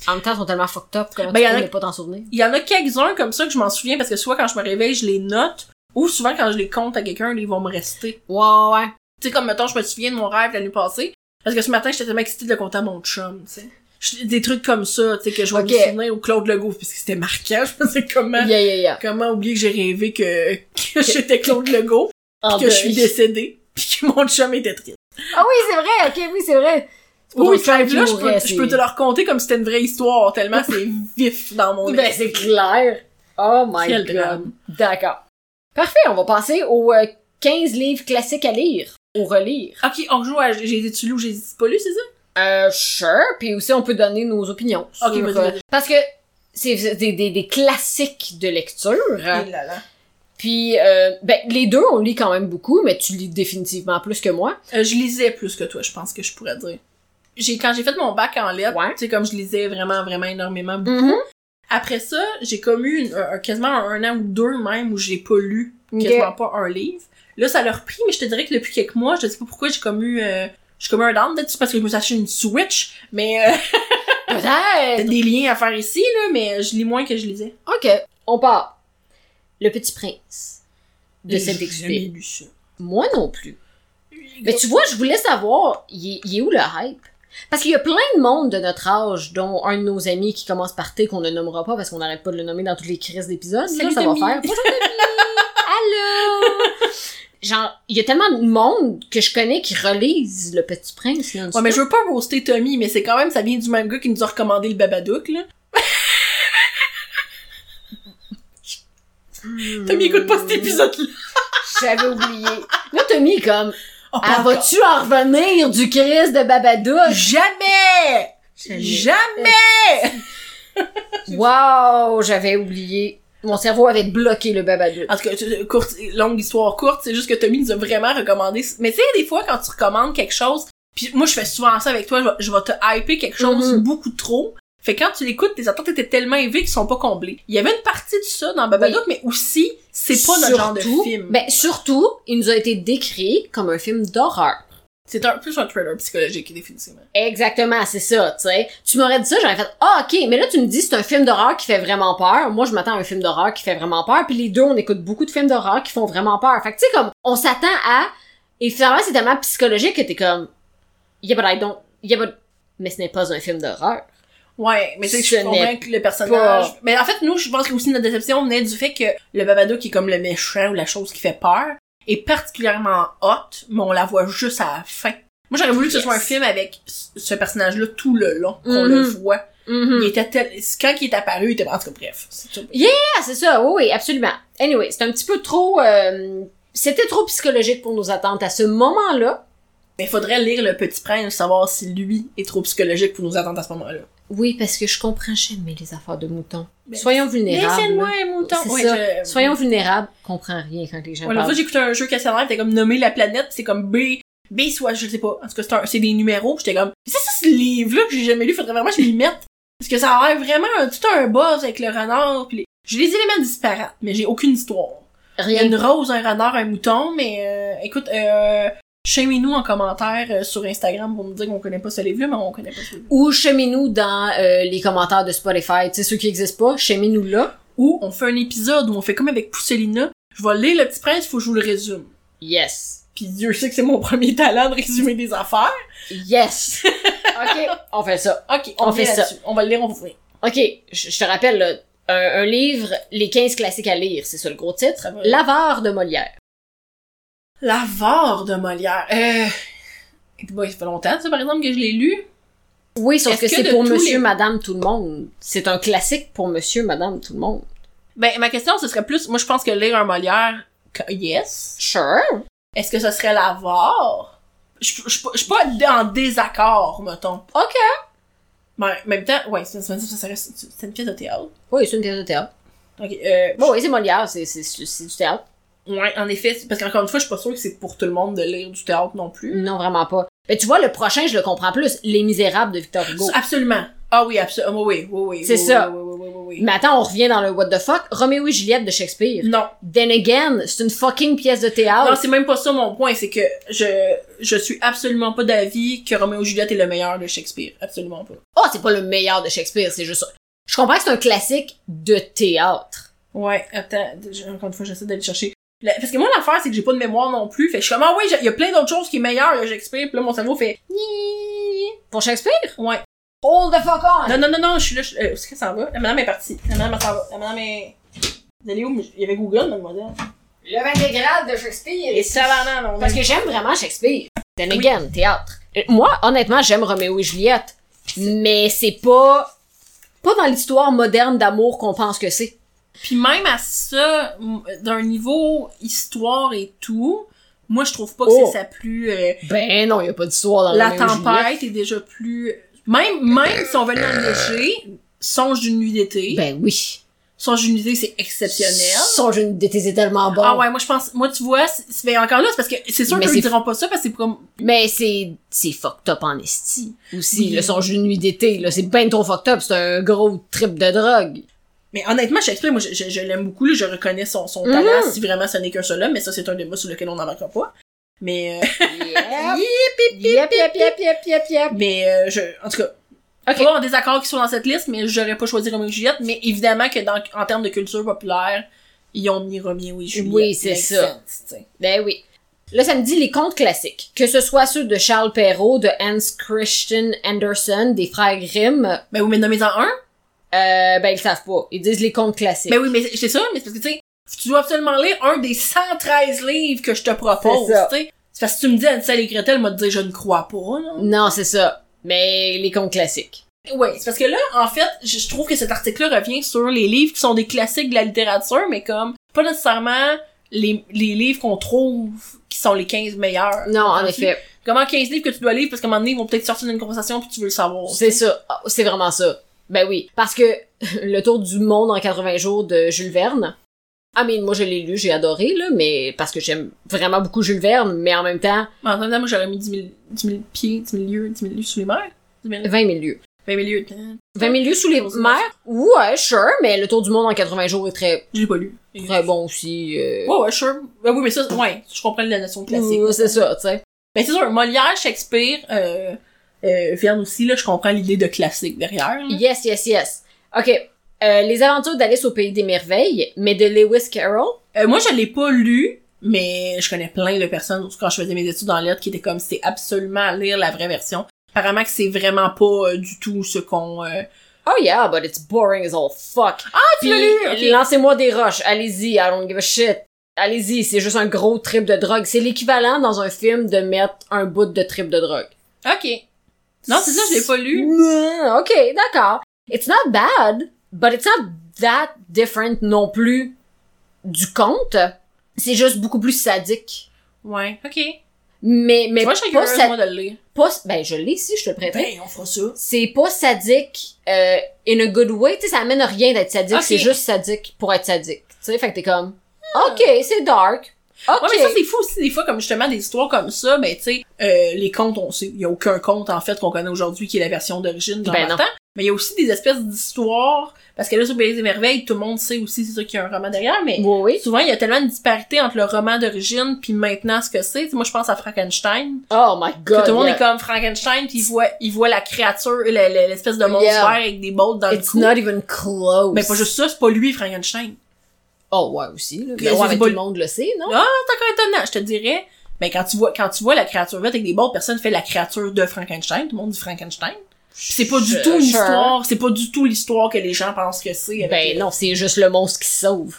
[SPEAKER 1] En même temps, ils sont tellement fucked up que
[SPEAKER 2] Ben, y
[SPEAKER 1] tu
[SPEAKER 2] en
[SPEAKER 1] peux
[SPEAKER 2] a-
[SPEAKER 1] ne pas t'en souvenir.
[SPEAKER 2] Il y en a quelques-uns comme ça que je m'en souviens, parce que soit quand je me réveille, je les note, ou souvent quand je les compte à quelqu'un, ils vont me rester.
[SPEAKER 1] Ouais, ouais, ouais.
[SPEAKER 2] Tu sais, comme mettons, je me souviens de mon rêve la nuit passée, parce que ce matin, j'étais tellement excitée de le compter à mon chum, tu sais. Je- Des trucs comme ça, tu sais, que je vais
[SPEAKER 1] Ok.
[SPEAKER 2] me souvenir, ou Claude Legault, parce que c'était marquant, je pensais comment...
[SPEAKER 1] Yeah, yeah, yeah.
[SPEAKER 2] Comment oublier que j'ai rêvé que, que Oh, j'étais Claude Legault,
[SPEAKER 1] En
[SPEAKER 2] que je suis
[SPEAKER 1] deuil.
[SPEAKER 2] décédée, puis que mon chum était triste.
[SPEAKER 1] Ah oui, c'est vrai, ok, oui, c'est vrai. C'est pas ton
[SPEAKER 2] Oui, ce
[SPEAKER 1] chum qui
[SPEAKER 2] rêve-là, je
[SPEAKER 1] mourait,
[SPEAKER 2] peux, je
[SPEAKER 1] c'est-
[SPEAKER 2] peux te le raconter comme si c'était une vraie histoire, tellement c'est vif dans mon
[SPEAKER 1] Ben, c'est clair. Oh my
[SPEAKER 2] Quel
[SPEAKER 1] god.
[SPEAKER 2] drame.
[SPEAKER 1] D'accord. Parfait, on va passer aux euh, 15 livres classiques à lire, ou relire.
[SPEAKER 2] Ok, on joue à J'ai été tu loup, j'ai été pas lu, c'est ça?
[SPEAKER 1] Euh, sure, puis aussi on peut donner nos opinions.
[SPEAKER 2] Ok,
[SPEAKER 1] sur,
[SPEAKER 2] vas-y,
[SPEAKER 1] euh,
[SPEAKER 2] vas-y.
[SPEAKER 1] parce que c'est des, des, des classiques de lecture. euh,
[SPEAKER 2] Eh là là.
[SPEAKER 1] Puis, euh, ben, les deux, on lit quand même beaucoup, mais tu lis définitivement plus que moi.
[SPEAKER 2] Euh, je lisais plus que toi, je pense que je pourrais dire. J'ai, quand j'ai fait mon bac en lettres,
[SPEAKER 1] Ouais.
[SPEAKER 2] tu sais, comme je lisais vraiment, vraiment énormément.
[SPEAKER 1] Mhm.
[SPEAKER 2] Après ça, j'ai comme eu une- un- un- quasiment un an ou deux même où j'ai pas lu quasiment pas un livre. Là, ça l'a repris, mais je te dirais que depuis quelques mois, je te dis pas pourquoi j'ai comme eu, euh, j'ai comme eu un down là-dessus parce que je me suis acheté une Switch, mais euh, t'as
[SPEAKER 1] Peut-être.
[SPEAKER 2] des liens à faire ici, là, mais je lis moins que je lisais.
[SPEAKER 1] Ok, on part. Le Petit Prince de
[SPEAKER 2] J'ai
[SPEAKER 1] cette
[SPEAKER 2] jamais
[SPEAKER 1] expé.
[SPEAKER 2] lu ça.
[SPEAKER 1] Moi non plus. Mais tu vois, je voulais savoir, il est, il est où le hype? Parce qu'il y a plein de monde de notre âge, dont un de nos amis qui commence par T, qu'on ne nommera pas parce qu'on n'arrête pas de le nommer dans toutes les crises d'épisodes. Là,
[SPEAKER 2] Salut,
[SPEAKER 1] ça va
[SPEAKER 2] Demi.
[SPEAKER 1] faire. Bonjour, Demi. Allô! Genre, il y a tellement de monde que je connais qui relise Le Petit Prince. Là, en
[SPEAKER 2] Ouais, mais
[SPEAKER 1] dessous.
[SPEAKER 2] je veux pas roaster Tommy, mais c'est quand même, ça vient du même gars qui nous a recommandé le Babadook, là. Tommy, écoute pas cet épisode-là.
[SPEAKER 1] Hmm. J'avais oublié. Là, Tommy, est comme,
[SPEAKER 2] Oh,
[SPEAKER 1] ah,
[SPEAKER 2] pas
[SPEAKER 1] vas-tu en revenir du crise de
[SPEAKER 2] encore.
[SPEAKER 1] Babadook?
[SPEAKER 2] Jamais! Jamais!
[SPEAKER 1] Wow, j'avais oublié. Mon cerveau avait bloqué le Babadook.
[SPEAKER 2] En tout cas, tu- courte, longue histoire courte, c'est juste que Tommy nous a vraiment recommandé. Mais tu sais, des fois, quand tu recommandes quelque chose, puis moi, je fais souvent ça avec toi, je vais, je vais te hyper quelque chose
[SPEAKER 1] Mhm.
[SPEAKER 2] beaucoup trop. Fait que quand tu l'écoutes, tes attentes étaient tellement élevées qu'ils sont pas comblées. Il y avait une partie de ça dans Babadook, mais aussi, c'est pas notre genre de
[SPEAKER 1] Surtout-
[SPEAKER 2] film.
[SPEAKER 1] Ben, surtout, il nous a été décrit comme un film d'horreur.
[SPEAKER 2] C'est un, plus un thriller psychologique, définitivement.
[SPEAKER 1] Exactement, c'est ça, tu sais. Tu m'aurais dit ça, j'aurais fait « Ah, ok, mais là, tu me dis c'est un film d'horreur qui fait vraiment peur. Moi, je m'attends à un film d'horreur qui fait vraiment peur. Puis les deux, on écoute beaucoup de films d'horreur qui font vraiment peur. Fait que, tu sais, comme, on s'attend à... Et finalement, c'est tellement psychologique que t'es comme... Yeah, but I don't... Yeah, but... Mais ce n'est pas un film d'horreur.
[SPEAKER 2] Ouais, mais tu sais,
[SPEAKER 1] Ce
[SPEAKER 2] je comprends
[SPEAKER 1] n'est
[SPEAKER 2] que le personnage. Mais en fait, nous, je pense que aussi notre déception venait du fait que le Babadook qui est comme le méchant ou la chose qui fait peur est particulièrement hot, mais on la voit juste à la fin. Moi, j'aurais voulu que ce
[SPEAKER 1] Yes.
[SPEAKER 2] soit un film avec ce ce personnage-là tout le long, qu'on le
[SPEAKER 1] Mhm.
[SPEAKER 2] voit.
[SPEAKER 1] Mhm.
[SPEAKER 2] Il était tel... Quand il est apparu, il était... En tout cas, bref. c'est tout.
[SPEAKER 1] Ah, c'est ça, oui, oui, absolument. Anyway, c'est un petit peu trop... euh, C'était trop psychologique pour nos attentes à ce moment-là.
[SPEAKER 2] Mais faudrait lire Le Petit Prince, savoir si lui est trop psychologique pour nous attendre à ce moment-là.
[SPEAKER 1] Oui, parce que je comprends jamais les affaires de moutons.
[SPEAKER 2] Mais-
[SPEAKER 1] Soyons vulnérables.
[SPEAKER 2] un
[SPEAKER 1] C'est
[SPEAKER 2] mouton! Ouais,
[SPEAKER 1] ça.
[SPEAKER 2] je-
[SPEAKER 1] Soyons vulnérables, comprends rien quand les gens
[SPEAKER 2] Ouais, l'autre fois,
[SPEAKER 1] parlent.
[SPEAKER 2] j'écoutais un jeu questionnaire, c'était comme nommer la planète, pis c'est comme B, B soit, je sais pas. En tout cas, c'est un- c'est des numéros, pis j'étais comme, c'est ça ce livre-là que j'ai jamais lu, faudrait vraiment que je m'y mette. Parce que ça a l'air vraiment un- tout un buzz avec le renard, pis les... J'ai des éléments disparates, mais j'ai aucune histoire. Il y a
[SPEAKER 1] Rien.
[SPEAKER 2] une rose, un renard, un mouton, mais euh, écoute, euh, nous en commentaire euh, sur Instagram pour nous dire qu'on connaît pas ce livre-là, mais on connaît pas ce livre
[SPEAKER 1] Ou chez-nous dans euh, les commentaires de Spotify. Tu sais, ceux qui existent pas, chez-nous là.
[SPEAKER 2] Ou on fait un épisode où on fait comme avec Pousselina, je vais lire Le Petit Prince, faut que je vous le résume.
[SPEAKER 1] Yes.
[SPEAKER 2] Puis Dieu sait que c'est mon premier talent de résumer des affaires.
[SPEAKER 1] Yes. OK, on fait ça.
[SPEAKER 2] Ok, on,
[SPEAKER 1] On
[SPEAKER 2] fait
[SPEAKER 1] fait ça.
[SPEAKER 2] ça. On va le lire, on va lire.
[SPEAKER 1] OK, je je te rappelle, là, un, un livre, Les 15 classiques à lire, c'est ça le gros titre.
[SPEAKER 2] Ça va.
[SPEAKER 1] L'avare de Molière.
[SPEAKER 2] L'avare de Molière. Euh... et bon, ça fait longtemps, ça, par exemple, que je l'ai lu.
[SPEAKER 1] Oui, sauf
[SPEAKER 2] Est-ce
[SPEAKER 1] que,
[SPEAKER 2] que
[SPEAKER 1] c'est
[SPEAKER 2] de
[SPEAKER 1] pour
[SPEAKER 2] tous
[SPEAKER 1] monsieur,
[SPEAKER 2] les-
[SPEAKER 1] madame, tout le monde. C'est un classique pour monsieur, madame, tout le monde.
[SPEAKER 2] Ben, ma question, ce serait plus, moi, je pense que lire un Molière, que- yes.
[SPEAKER 1] Sure.
[SPEAKER 2] Est-ce que ce serait l'avare? Je je- je suis pas en désaccord, mettons.
[SPEAKER 1] OK.
[SPEAKER 2] Mais en même temps, ouais, c'est c'est- c'est- c'est- c'est- c'est une pièce de théâtre.
[SPEAKER 1] Oui, c'est une pièce de théâtre.
[SPEAKER 2] Ok, euh,
[SPEAKER 1] Bon, oui, c'est Molière, c'est, c'est, c'est- c'est du théâtre.
[SPEAKER 2] ouais, en effet, c'est- parce qu'encore une fois, je suis pas sûre que c'est pour tout le monde de lire du théâtre non plus.
[SPEAKER 1] Non, vraiment pas. Mais tu vois, le prochain, je le comprends plus. Les Misérables de Victor Hugo.
[SPEAKER 2] Absolument. Ah oui, absolument. Oui, oui, oui.
[SPEAKER 1] C'est
[SPEAKER 2] oui,
[SPEAKER 1] ça.
[SPEAKER 2] Oui, oui, oui, oui, oui,
[SPEAKER 1] Mais attends, on revient dans le what the fuck. Roméo et Juliette de Shakespeare.
[SPEAKER 2] oui. Non,
[SPEAKER 1] Then again, c'est une fucking pièce de
[SPEAKER 2] Mm. non,
[SPEAKER 1] théâtre.
[SPEAKER 2] c'est même pas ça mon point, c'est que je je suis absolument pas d'avis que Roméo et Juliette est le meilleur de Shakespeare, absolument pas.
[SPEAKER 1] oh, c'est pas le meilleur de Shakespeare, c'est juste ça. Je comprends que c'est un classique de théâtre.
[SPEAKER 2] Ouais, attends, je- encore une fois, j'essaie d'aller chercher. La- parce que moi l'affaire c'est que j'ai pas de mémoire non plus, fait que je suis comme ah oui, il y a plein d'autres choses qui est meilleur que Shakespeare, puis là mon cerveau fait
[SPEAKER 1] Pour Shakespeare?
[SPEAKER 2] ouais.
[SPEAKER 1] All the fuck on!
[SPEAKER 2] Non non non non, je suis là, je- euh, où est-ce qu'elle s'en va La madame est partie. La madame elle s'en va. La madame est Vous allez où Il y avait Google mademoiselle.
[SPEAKER 1] Le 20 grades de Shakespeare.
[SPEAKER 2] Et savamment, non.
[SPEAKER 1] Parce que j'aime vraiment Shakespeare. Then again, théâtre. Euh, Moi, honnêtement, j'aime Roméo et Juliette. Mais c'est pas... Pas dans l'histoire moderne d'amour qu'on pense que c'est.
[SPEAKER 2] Puis même à ça, m- d'un niveau histoire et tout, moi je trouve pas que
[SPEAKER 1] Oh.
[SPEAKER 2] c'est sa plus. euh,
[SPEAKER 1] Ben non, y a pas d'histoire dans
[SPEAKER 2] la
[SPEAKER 1] Roméo et
[SPEAKER 2] tempête est déjà plus. Même même si on veut l'enleger, songe d'une nuit d'été.
[SPEAKER 1] Juliette. Ben oui.
[SPEAKER 2] Songe d'une nuit d'été c'est exceptionnel.
[SPEAKER 1] Son jeu d'été, c'est tellement bon.
[SPEAKER 2] Ah ouais, moi je pense, moi tu vois, c'est c'est- mais encore là, c'est parce que c'est sûr
[SPEAKER 1] Mais
[SPEAKER 2] qu'ils
[SPEAKER 1] c'est-
[SPEAKER 2] ne diront pas ça parce que c'est comme.
[SPEAKER 1] Mais c'est, c'est fucked up en esti. Aussi,
[SPEAKER 2] Oui.
[SPEAKER 1] le son jeu de nuit d'été, là, c'est ben trop fucked up, c'est un gros trip de drogue.
[SPEAKER 2] Mais honnêtement, Shakespeare, moi je, je- je l'aime beaucoup, là, je reconnais son, son
[SPEAKER 1] Mhm.
[SPEAKER 2] talent si vraiment ce n'est qu'un seul homme, mais ça c'est un débat sur lequel on n'en manquera pas. Mais euh,
[SPEAKER 1] Yep, yep, yep, yep, yep, yep.
[SPEAKER 2] mais euh, je, en tout cas.
[SPEAKER 1] Ok.
[SPEAKER 2] Pas en désaccord qui sont dans cette liste, mais j'aurais pas choisi Roméo et Juliette, mais évidemment que dans, en termes de culture populaire, ils ont mis Roméo et Juliette.
[SPEAKER 1] Oui, c'est
[SPEAKER 2] Makes
[SPEAKER 1] ça.
[SPEAKER 2] sense, tu sais.
[SPEAKER 1] Ben oui. Là, ça me dit les contes classiques. Que ce soit ceux de Charles Perrault, de Hans Christian Andersen, des frères Grimm, euh,
[SPEAKER 2] Ben oui, mais nommez-en un.
[SPEAKER 1] ben ils savent pas. Ils disent les contes classiques.
[SPEAKER 2] Ben oui, mais c'est c'est ça, mais c'est parce que, tu sais, tu dois absolument lire un des 113 livres que je te propose,
[SPEAKER 1] C'est ça.
[SPEAKER 2] tu sais. C'est parce que si tu me dis Ansel et Gretel, m'a dit je ne crois pas, là.
[SPEAKER 1] Non, c'est ça. Mais les contes classiques.
[SPEAKER 2] Oui, c'est parce que là, en fait, je, je trouve que cet article-là revient sur les livres qui sont des classiques de la littérature, mais comme, pas nécessairement les, les livres qu'on trouve qui sont les 15 meilleurs.
[SPEAKER 1] Non, en effet.
[SPEAKER 2] Comment 15 livres que tu dois lire parce qu'à un moment donné, ils vont peut-être sortir d'une conversation puis tu veux le savoir.
[SPEAKER 1] C'est ça. Ah, C'est vraiment ça. Ben oui. Parce que le tour du monde en 80 jours de Jules Verne. Ah, mais moi, je l'ai lu, j'ai adoré, là, mais parce que j'aime vraiment beaucoup Jules Verne, mais en même temps,
[SPEAKER 2] Mais en même temps, moi, j'aurais mis 10 000, 10 000 pieds, 10 000 lieues, 10 000 lieues sous les mers. 10 000,
[SPEAKER 1] 20 000 lieues.
[SPEAKER 2] 20 000 lieues. hein.
[SPEAKER 1] 20 000 lieues sous les mers? Ouais, sure, mais le tour du monde en 80 jours est très,
[SPEAKER 2] Je l'ai pas lu.
[SPEAKER 1] très bon aussi. euh,
[SPEAKER 2] Ouais, ouais, sure. Ouais, oui, mais ça, ouais, je comprends la notion de classique.
[SPEAKER 1] Ouais, c'est ça, tu sais.
[SPEAKER 2] Mais c'est sûr, Molière, Shakespeare, euh, euh, Verne aussi, là, je comprends l'idée de classique derrière. là.
[SPEAKER 1] Yes, yes, yes. OK. Euh, les aventures d'Alice au pays des merveilles, mais de Lewis Carroll.
[SPEAKER 2] Euh, moi, je l'ai pas lu, mais je connais plein de personnes, surtout quand je faisais mes études en lettres, qui étaient comme, c'est absolument à lire la vraie version. Apparemment que c'est vraiment pas euh, du tout ce qu'on... euh,
[SPEAKER 1] Oh yeah, but it's boring as all fuck. Ah,
[SPEAKER 2] tu l'as lu? Ok.
[SPEAKER 1] Lancez-moi des roches, allez-y, I don't give a shit. Allez-y, c'est juste un gros trip de drogue. C'est l'équivalent dans un film de mettre un bout de trip de drogue.
[SPEAKER 2] Ok. Non, c'est ça, je l'ai pas lu.
[SPEAKER 1] Mm, OK, d'accord. It's not bad, but it's not that different non plus du conte. C'est juste beaucoup plus sadique.
[SPEAKER 2] Ouais, ok.
[SPEAKER 1] Mais, mais
[SPEAKER 2] Mais moi, je serais
[SPEAKER 1] pas,
[SPEAKER 2] curieuse,
[SPEAKER 1] sa-
[SPEAKER 2] moi, de le lire.
[SPEAKER 1] pas- ben, je l'ai ici, je te le prêterai.
[SPEAKER 2] Ben, on fera ça.
[SPEAKER 1] c'est pas sadique euh, in a good way, tu sais, ça amène à rien d'être sadique,
[SPEAKER 2] Ok.
[SPEAKER 1] c'est juste sadique pour être sadique, tu sais, fait que t'es comme, ok, c'est dark, ok,
[SPEAKER 2] Ah. Ouais, mais ça, c'est fou aussi, des fois, comme justement, des histoires comme ça, ben, tu sais, euh, les contes, on sait, il y a aucun conte, en fait, qu'on connaît aujourd'hui qui est la version d'origine dans
[SPEAKER 1] Ben
[SPEAKER 2] le
[SPEAKER 1] non.
[SPEAKER 2] temps. Mais il y a aussi des espèces d'histoires, parce que là, sur Pays des Merveilles, tout le monde sait aussi, c'est ça qu'il y a un roman derrière, mais
[SPEAKER 1] oui, oui,
[SPEAKER 2] souvent, il y a tellement de disparité entre le roman d'origine puis maintenant ce que c'est. Tu sais, moi, je pense à Frankenstein.
[SPEAKER 1] oh my
[SPEAKER 2] Que
[SPEAKER 1] god,
[SPEAKER 2] tout le monde
[SPEAKER 1] yeah.
[SPEAKER 2] est comme Frankenstein puis il voit, il voit la créature, la- la- l'espèce de monstre
[SPEAKER 1] Yeah.
[SPEAKER 2] vert avec des bolts dans le
[SPEAKER 1] it's
[SPEAKER 2] cou.
[SPEAKER 1] not even close,
[SPEAKER 2] Mais pas juste ça, c'est pas lui, Frankenstein.
[SPEAKER 1] oh ouais, aussi, là,
[SPEAKER 2] Que
[SPEAKER 1] mais
[SPEAKER 2] c'est
[SPEAKER 1] ouais, mais
[SPEAKER 2] pas-
[SPEAKER 1] tout le monde le sait, non,
[SPEAKER 2] Ah, c'est encore étonnant, je te dirais. Mais quand tu vois, quand tu vois la créature verte avec des bords, personne fait la créature de Frankenstein. Tout le monde dit Frankenstein. Puis C'est pas du
[SPEAKER 1] Je-
[SPEAKER 2] tout une
[SPEAKER 1] sure.
[SPEAKER 2] histoire, c'est pas du tout l'histoire que les gens pensent que c'est. avec
[SPEAKER 1] ben
[SPEAKER 2] le-
[SPEAKER 1] non, c'est juste le monstre qui sauve,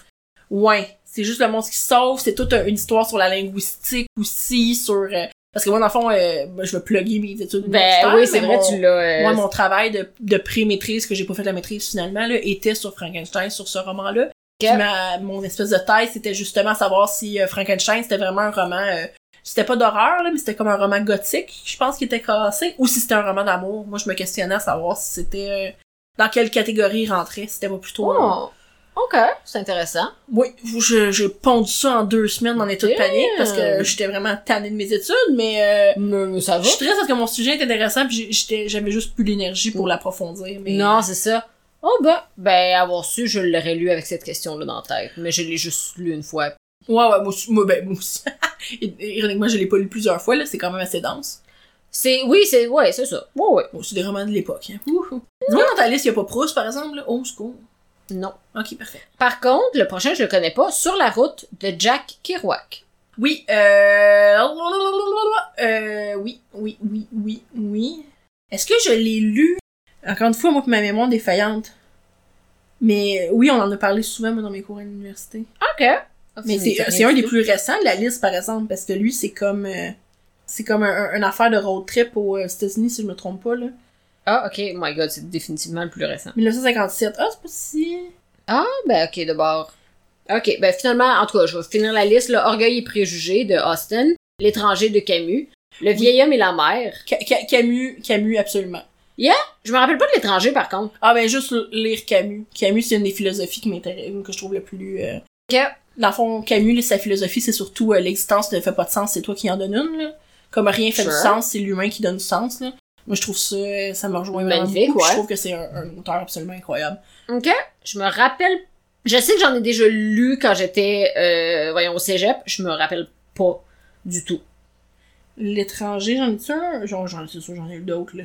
[SPEAKER 2] Ouais. C'est juste le monstre qui sauve, c'est toute un- une histoire sur la linguistique aussi, sur, euh, parce que moi, dans le fond, euh, ben, je vais plugger mes études universitaires,
[SPEAKER 1] ben oui, c'est
[SPEAKER 2] mais
[SPEAKER 1] vrai,
[SPEAKER 2] mon-
[SPEAKER 1] tu l'as, euh,
[SPEAKER 2] Moi, mon travail de, de pré-maîtrise, que j'ai pas fait la maîtrise finalement, là, était sur Frankenstein, sur ce roman-là. Puis ma- mon espèce de taille, c'était justement savoir si euh, Frankenstein, c'était vraiment un roman... euh, c'était pas d'horreur, là, mais c'était comme un roman gothique, je pense, qui était cassé. Ou si c'était un roman d'amour. Moi, je me questionnais à savoir si c'était... euh, dans quelle catégorie il rentrait. C'était pas plutôt...
[SPEAKER 1] Oh,
[SPEAKER 2] un-
[SPEAKER 1] ok, c'est intéressant.
[SPEAKER 2] Oui, je- j'ai pondu ça en deux semaines dans état de
[SPEAKER 1] Damn.
[SPEAKER 2] panique parce que j'étais vraiment tannée de mes études, mais euh,
[SPEAKER 1] Mais, mais ça va.
[SPEAKER 2] je suis triste parce que mon sujet est intéressant puis j'ai- j'étais j'avais juste plus l'énergie pour l'approfondir. Mais...
[SPEAKER 1] Mm. Non, c'est ça. Oh ben, ben, avoir su, je l'aurais lu avec cette question-là dans la tête. Mais je l'ai juste lu une fois.
[SPEAKER 2] Ouais, ouais, moi aussi. Moi, ben, moi aussi. Et- et Ironiquement, je l'ai pas lu plusieurs fois, là, c'est quand même assez dense.
[SPEAKER 1] C'est, oui, c'est, ouais, c'est ça. Ouais, ouais.
[SPEAKER 2] Bon, c'est des romans de l'époque,
[SPEAKER 1] Mm.
[SPEAKER 2] hein. Ouhou. Dis-moi dans ta liste, y a pas Proust, par exemple, là. Oh, secours.
[SPEAKER 1] Non.
[SPEAKER 2] Ok, parfait.
[SPEAKER 1] Par contre, le prochain, je le connais pas, Sur la route de Jack Kerouac.
[SPEAKER 2] Oui, euh... euh... Oui, oui, oui, oui, oui. Est-ce que je l'ai lu? Encore une fois, moi, que ma mémoire défaillante. Mais euh, oui, on en a parlé souvent, moi, dans mes cours à l'université.
[SPEAKER 1] Ok. Ah,
[SPEAKER 2] Mais c'est euh, c'est un des plus récents de la liste, par exemple, parce que lui, c'est comme... euh, C'est comme un, un- une affaire de road trip aux euh, États-Unis, si je me trompe pas, là.
[SPEAKER 1] Ah, ok, my god, c'est définitivement le plus récent.
[SPEAKER 2] 1957. Ah, c'est pas si...
[SPEAKER 1] Ah, ben, ok, d'abord. Ok, ben, finalement, en tout cas, je vais finir la liste, là. Orgueil et préjugés de Austin, L'étranger de Camus, Le
[SPEAKER 2] Oui.
[SPEAKER 1] vieil homme et la mère.
[SPEAKER 2] Ca- Ca- Camus, Camus, absolument.
[SPEAKER 1] Je me rappelle pas de l'étranger, par contre.
[SPEAKER 2] Ah, ben, juste lire Camus. Camus, c'est une des philosophies qui m'intéresse, que je trouve le plus... euh,
[SPEAKER 1] Ok.
[SPEAKER 2] dans le fond, Camus, là, sa philosophie, c'est surtout euh, l'existence ne fait pas de sens, c'est toi qui en donne une. Là. Comme rien fait du
[SPEAKER 1] Sure.
[SPEAKER 2] sens, c'est l'humain qui donne du sens. Là. Moi, je trouve ça, euh, ça me rejoint vraiment
[SPEAKER 1] Magnifique,
[SPEAKER 2] beaucoup, puis
[SPEAKER 1] ouais.
[SPEAKER 2] Je trouve que c'est un, un auteur absolument incroyable.
[SPEAKER 1] Ok. Je me rappelle. Je sais que j'en ai déjà lu quand j'étais, euh, voyons, au cégep. Je me rappelle pas du tout.
[SPEAKER 2] L'étranger, j'en ai-tu un? J'en, j'en, c'est sûr, j'en ai eu d'autres. Là.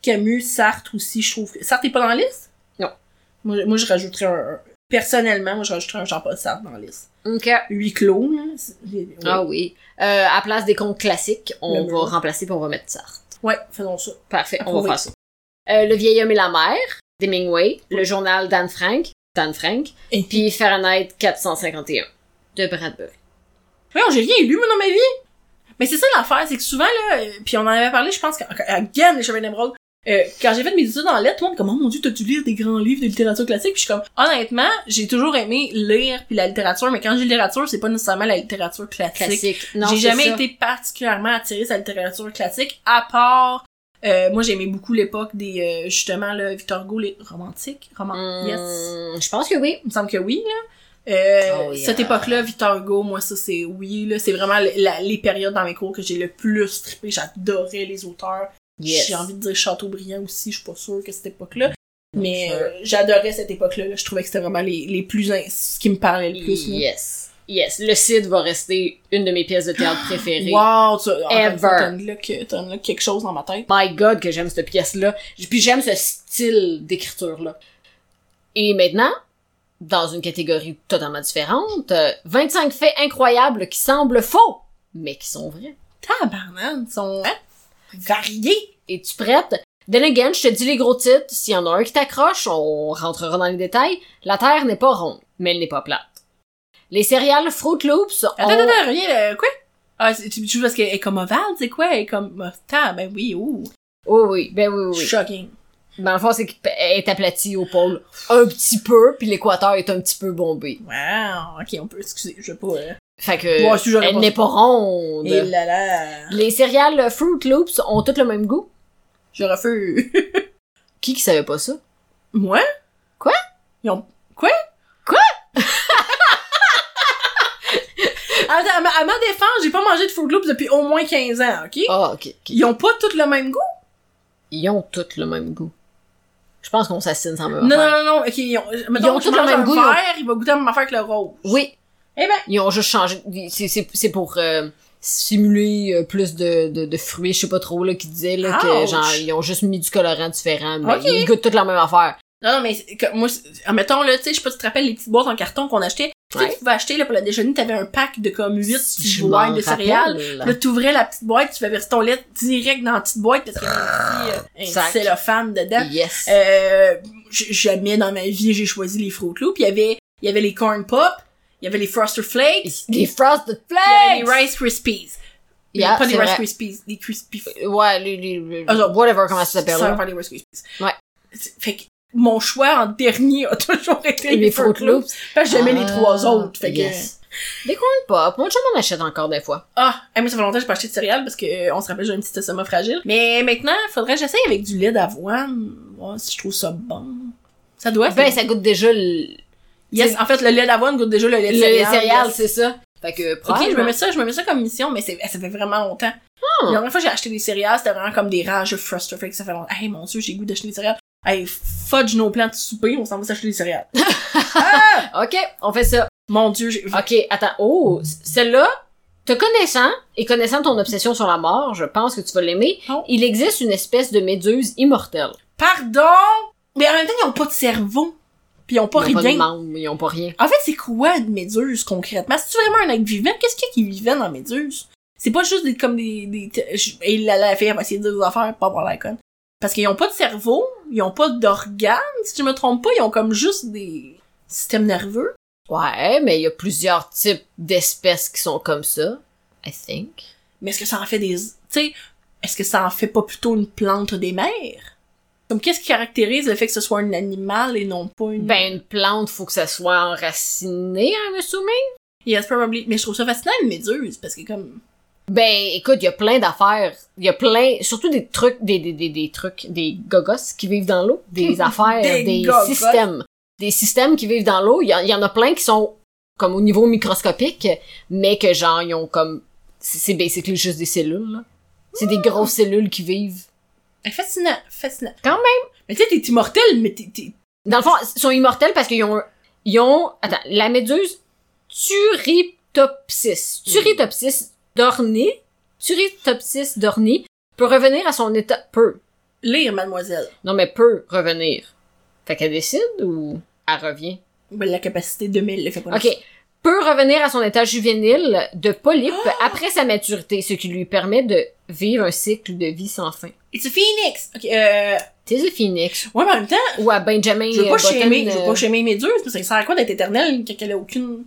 [SPEAKER 2] Camus, Sartre aussi, je trouve. que- Sartre est pas dans la liste?
[SPEAKER 1] Non.
[SPEAKER 2] Moi, je- moi, je rajouterais un, un- Personnellement, moi, je rajouterais un Jean-Paul Sartre dans la liste.
[SPEAKER 1] Ok.
[SPEAKER 2] Huis clos, là. c'est- j'ai- ouais.
[SPEAKER 1] Ah oui. Euh, à place des contes classiques, on
[SPEAKER 2] Le
[SPEAKER 1] va
[SPEAKER 2] mur. Ah
[SPEAKER 1] remplacer puis on va mettre ça.
[SPEAKER 2] Ouais, faisons ça.
[SPEAKER 1] Parfait, on
[SPEAKER 2] Approuvé.
[SPEAKER 1] va faire ça. Euh, le vieil homme et la mère, d'Hemingway, le journal d'Anne Frank, d'Anne Frank,
[SPEAKER 2] Et-
[SPEAKER 1] puis Fahrenheit 451 de Bradbury.
[SPEAKER 2] Voyons, j'ai rien lu, moi, dans ma vie! Mais c'est ça l'affaire, c'est que souvent, là, euh, puis on en avait parlé, je pense, qu'à à Gamme, les Chevaliers d'Émeraude, euh, quand j'ai fait mes études en lettres, tout le monde comme « Oh mon Dieu, t'as dû lire des grands livres de littérature classique? » Puis je suis comme « Honnêtement, j'ai toujours aimé lire puis la littérature, mais quand j'ai littérature, c'est pas nécessairement la littérature classique.
[SPEAKER 1] Classique. Non,
[SPEAKER 2] j'ai
[SPEAKER 1] c'est
[SPEAKER 2] jamais
[SPEAKER 1] ça.
[SPEAKER 2] été particulièrement attirée sur la littérature classique, à part... euh, moi, j'aimais beaucoup l'époque des, euh, justement, là, Victor Hugo, les romantiques, romans,
[SPEAKER 1] Hmm,
[SPEAKER 2] yes.
[SPEAKER 1] Je pense que oui.
[SPEAKER 2] Il me semble que oui, là. Euh,
[SPEAKER 1] Oh, yeah.
[SPEAKER 2] Cette époque-là, Victor Hugo, moi, ça, c'est oui, là. C'est vraiment le- la- les périodes dans mes cours que j'ai le plus trippé. J'adorais les auteurs.
[SPEAKER 1] Yes.
[SPEAKER 2] J'ai envie de dire Chateaubriand aussi, je suis pas sûre que cette époque-là. Mais
[SPEAKER 1] sure.
[SPEAKER 2] euh, j'adorais cette époque-là. là. Je trouvais que c'était vraiment les, les plus... in- ce qui me parlait le plus. là.
[SPEAKER 1] Yes. Yes. Le Cid va rester une de mes pièces de théâtre préférées.
[SPEAKER 2] Wow! Tu encore une
[SPEAKER 1] Ever.
[SPEAKER 2] fois, t'as mis là que- t'as mis là quelque chose dans ma tête.
[SPEAKER 1] My God, que j'aime cette pièce-là. Puis j'aime ce style d'écriture-là. Et maintenant, dans une catégorie totalement différente, euh, 25 faits incroyables qui semblent faux, mais qui sont vrais.
[SPEAKER 2] Tabarnane! Ils sont hein, variés!
[SPEAKER 1] Es-tu prête? Then again, je te dis les gros titres. S'il y en a un qui t'accroche, on rentrera dans les détails. La Terre n'est pas ronde, mais elle n'est pas plate. Les céréales Fruit Loops ont...
[SPEAKER 2] Attends, attends, rien, euh, quoi? Ah, c'est- tu tu vois parce qu'elle est comme ovale, c'est quoi? Elle est comme... Ah, ben oui, ouh!
[SPEAKER 1] Oui, oui, ben oui, oui, oui.
[SPEAKER 2] Shocking!
[SPEAKER 1] Dans le fond, c'est qu'elle est aplatie au pôle un petit peu, puis l'équateur est un petit peu bombé.
[SPEAKER 2] Wow, ok, on peut, excusez, je vais pas. euh,
[SPEAKER 1] Fait que,
[SPEAKER 2] Ouais, si j'aurais
[SPEAKER 1] elle
[SPEAKER 2] pas
[SPEAKER 1] n'est
[SPEAKER 2] ça.
[SPEAKER 1] pas ronde.
[SPEAKER 2] Et là là,
[SPEAKER 1] Les céréales euh, Fruit Loops ont toutes le même goût.
[SPEAKER 2] je refuse.
[SPEAKER 1] Qui qui savait pas ça?
[SPEAKER 2] Moi?
[SPEAKER 1] Quoi?
[SPEAKER 2] Ils ont... Quoi?
[SPEAKER 1] Quoi?
[SPEAKER 2] Attends, à ma, à ma défense, j'ai pas mangé de Fruit Loops depuis au moins 15 ans, ok?
[SPEAKER 1] Ah, ok. ok.
[SPEAKER 2] Ils ont pas tous le même goût?
[SPEAKER 1] Ils ont toutes le même goût. Je pense qu'on s'assine sans même
[SPEAKER 2] Non, non,
[SPEAKER 1] affaire.
[SPEAKER 2] non, non, ok, ils ont... euh, Mettons,
[SPEAKER 1] ont
[SPEAKER 2] je
[SPEAKER 1] tous le
[SPEAKER 2] mange
[SPEAKER 1] même
[SPEAKER 2] un
[SPEAKER 1] goût, ils ont-
[SPEAKER 2] Vert, il va goûter à ma affaire que le rose.
[SPEAKER 1] Oui,
[SPEAKER 2] Eh ben,
[SPEAKER 1] ils ont juste changé. C'est- C'est c'est pour euh, simuler euh, plus de, de, de fruits, je sais pas trop, là, qui disaient, là, que
[SPEAKER 2] Ouch.
[SPEAKER 1] genre, ils ont juste mis du colorant différent, mais
[SPEAKER 2] Ok.
[SPEAKER 1] ils goûtent toutes la même affaire.
[SPEAKER 2] non, non, mais c'est que moi, c'est- mettons, là, tu sais, je sais pas si tu te rappelles les petites boîtes en carton qu'on achetait. Tu sais,
[SPEAKER 1] Ouais.
[SPEAKER 2] tu pouvais acheter, là, pour le déjeuner, t'avais un pack de comme 8 petites
[SPEAKER 1] Je m'en
[SPEAKER 2] boîtes de céréales.
[SPEAKER 1] rappelle.
[SPEAKER 2] Là, t'ouvrais la petite boîte, tu fais verser ton lait direct dans la petite boîte parce qu'il y avait un petit, euh, un
[SPEAKER 1] Sac.
[SPEAKER 2] petit cellophane dedans.
[SPEAKER 1] Yes.
[SPEAKER 2] Euh, j- jamais dans ma vie j'ai choisi les Fruit Loops. Il y avait, il y avait les Corn Pop, il y avait les Frosted Flakes, il
[SPEAKER 1] les Frosted
[SPEAKER 2] y avait les
[SPEAKER 1] Flakes!
[SPEAKER 2] Rice Krispies.
[SPEAKER 1] Yeah,
[SPEAKER 2] pas les
[SPEAKER 1] c'est
[SPEAKER 2] Rice
[SPEAKER 1] vrai.
[SPEAKER 2] Krispies, les Krispy.
[SPEAKER 1] Ouais, les... les-
[SPEAKER 2] Ah, genre,
[SPEAKER 1] whatever, comment ça s'appelle,
[SPEAKER 2] Ça
[SPEAKER 1] là.
[SPEAKER 2] va faire les Rice Krispies.
[SPEAKER 1] Ouais.
[SPEAKER 2] C'est- Fait que mon choix en dernier a toujours été
[SPEAKER 1] Et les Fruit Loops.
[SPEAKER 2] Parce que j'aimais les trois autres. Fait que-
[SPEAKER 1] Ah,
[SPEAKER 2] euh,
[SPEAKER 1] yes. Des corn pop. Moi, je m'en achète encore des fois.
[SPEAKER 2] Ah, eh, moi, ça fait longtemps que j'ai pas acheté de céréales parce que euh, on se rappelle, j'ai un petit estomac fragile. Mais maintenant, faudrait que j'essaye avec du lait d'avoine. Voir si je trouve ça bon. Ça doit être.
[SPEAKER 1] Ben, ça goûte déjà le,
[SPEAKER 2] yes, en fait, le lait d'avoine goûte déjà le lait
[SPEAKER 1] le
[SPEAKER 2] de céréales.
[SPEAKER 1] céréales,
[SPEAKER 2] yes.
[SPEAKER 1] c'est ça. Fait que,
[SPEAKER 2] Ok, je me
[SPEAKER 1] probablement.
[SPEAKER 2] mets ça, je me mets ça comme mission, mais c'est, ça fait vraiment longtemps.
[SPEAKER 1] Hmm.
[SPEAKER 2] La dernière fois que j'ai acheté des céréales, c'était vraiment comme des rages frustrés, fait que ça fait longtemps. Hey, mon dieu, j'ai le goût d'acheter des céréales. Hey, fudge nos plans de souper, on s'en va s'acheter des céréales. ah!
[SPEAKER 1] Ok, on fait ça.
[SPEAKER 2] Mon dieu, j'ai...
[SPEAKER 1] Ok, attends. Oh, c- celle-là, te connaissant et connaissant ton obsession sur la mort, je pense que tu vas l'aimer.
[SPEAKER 2] Oh.
[SPEAKER 1] Il existe une espèce de méduse immortelle.
[SPEAKER 2] Pardon! Mais en même temps, ils ont pas de cerveau. Pis ils ont pas
[SPEAKER 1] ils ont pas de
[SPEAKER 2] rien.
[SPEAKER 1] membres, ils ont pas rien.
[SPEAKER 2] en fait, c'est quoi de Méduse, concrètement? C'est-tu vraiment un être vivant? Qu'est-ce qu'il y a qui vivait dans Méduse? C'est pas juste des, comme des, des, je- et la, la fille elle va essayer de dire des affaires, pas avoir la conne. Parce qu'ils ont pas de cerveau, ils ont pas d'organes, si je me trompe pas, ils ont comme juste des systèmes nerveux.
[SPEAKER 1] Ouais, mais il y a plusieurs types d'espèces qui sont comme ça. I think.
[SPEAKER 2] Mais est-ce que ça en fait des, tu sais, est-ce que ça en fait pas plutôt une plante des mers? Comme qu'est-ce qui caractérise le fait que ce soit un animal et non pas une...
[SPEAKER 1] Ben, une plante, faut que ça soit enraciné, hein, me soumis?
[SPEAKER 2] Yes, probably. Mais je trouve ça fascinant, une méduse, parce que comme...
[SPEAKER 1] Ben, écoute, il y a plein d'affaires. Il y a plein, surtout des trucs, des, des, des, des trucs, des gogos qui vivent dans l'eau. Des affaires,
[SPEAKER 2] Des
[SPEAKER 1] des,
[SPEAKER 2] gogos.
[SPEAKER 1] systèmes. Des systèmes qui vivent dans l'eau. Il y, en- il y en a plein qui sont, comme au niveau microscopique, mais que genre, ils ont comme, c'est c'est basically juste des cellules, là. C'est des grosses
[SPEAKER 2] Ah.
[SPEAKER 1] cellules qui vivent.
[SPEAKER 2] Eh, Fascinant, fascinant.
[SPEAKER 1] Quand
[SPEAKER 2] même. Mais tu sais, t'es immortel, mais t'es, t'es-
[SPEAKER 1] Dans le fond, ils sont immortels parce qu'ils ont, un- ils ont, attends, la méduse Turritopsis,
[SPEAKER 2] Hmm.
[SPEAKER 1] Turritopsis dorni, Turritopsis dorni peut revenir à son état, peut,
[SPEAKER 2] lire, mademoiselle.
[SPEAKER 1] non mais peut revenir. Fait qu'elle décide ou elle revient?
[SPEAKER 2] Ben, la capacité de mille, le fait pas.
[SPEAKER 1] Ok. Peut revenir à son état juvénile de polype
[SPEAKER 2] Ah!
[SPEAKER 1] après sa maturité, ce qui lui permet de vivre un cycle de vie sans fin.
[SPEAKER 2] It's a phoenix! Ok, euh,
[SPEAKER 1] T'es le phoenix.
[SPEAKER 2] ouais, mais en même temps,
[SPEAKER 1] Ou à Benjamin
[SPEAKER 2] je veux pas
[SPEAKER 1] Button,
[SPEAKER 2] chémer, je veux
[SPEAKER 1] euh,
[SPEAKER 2] pas chémer Méduse, parce que ça sert à quoi d'être éternelle quand elle a aucune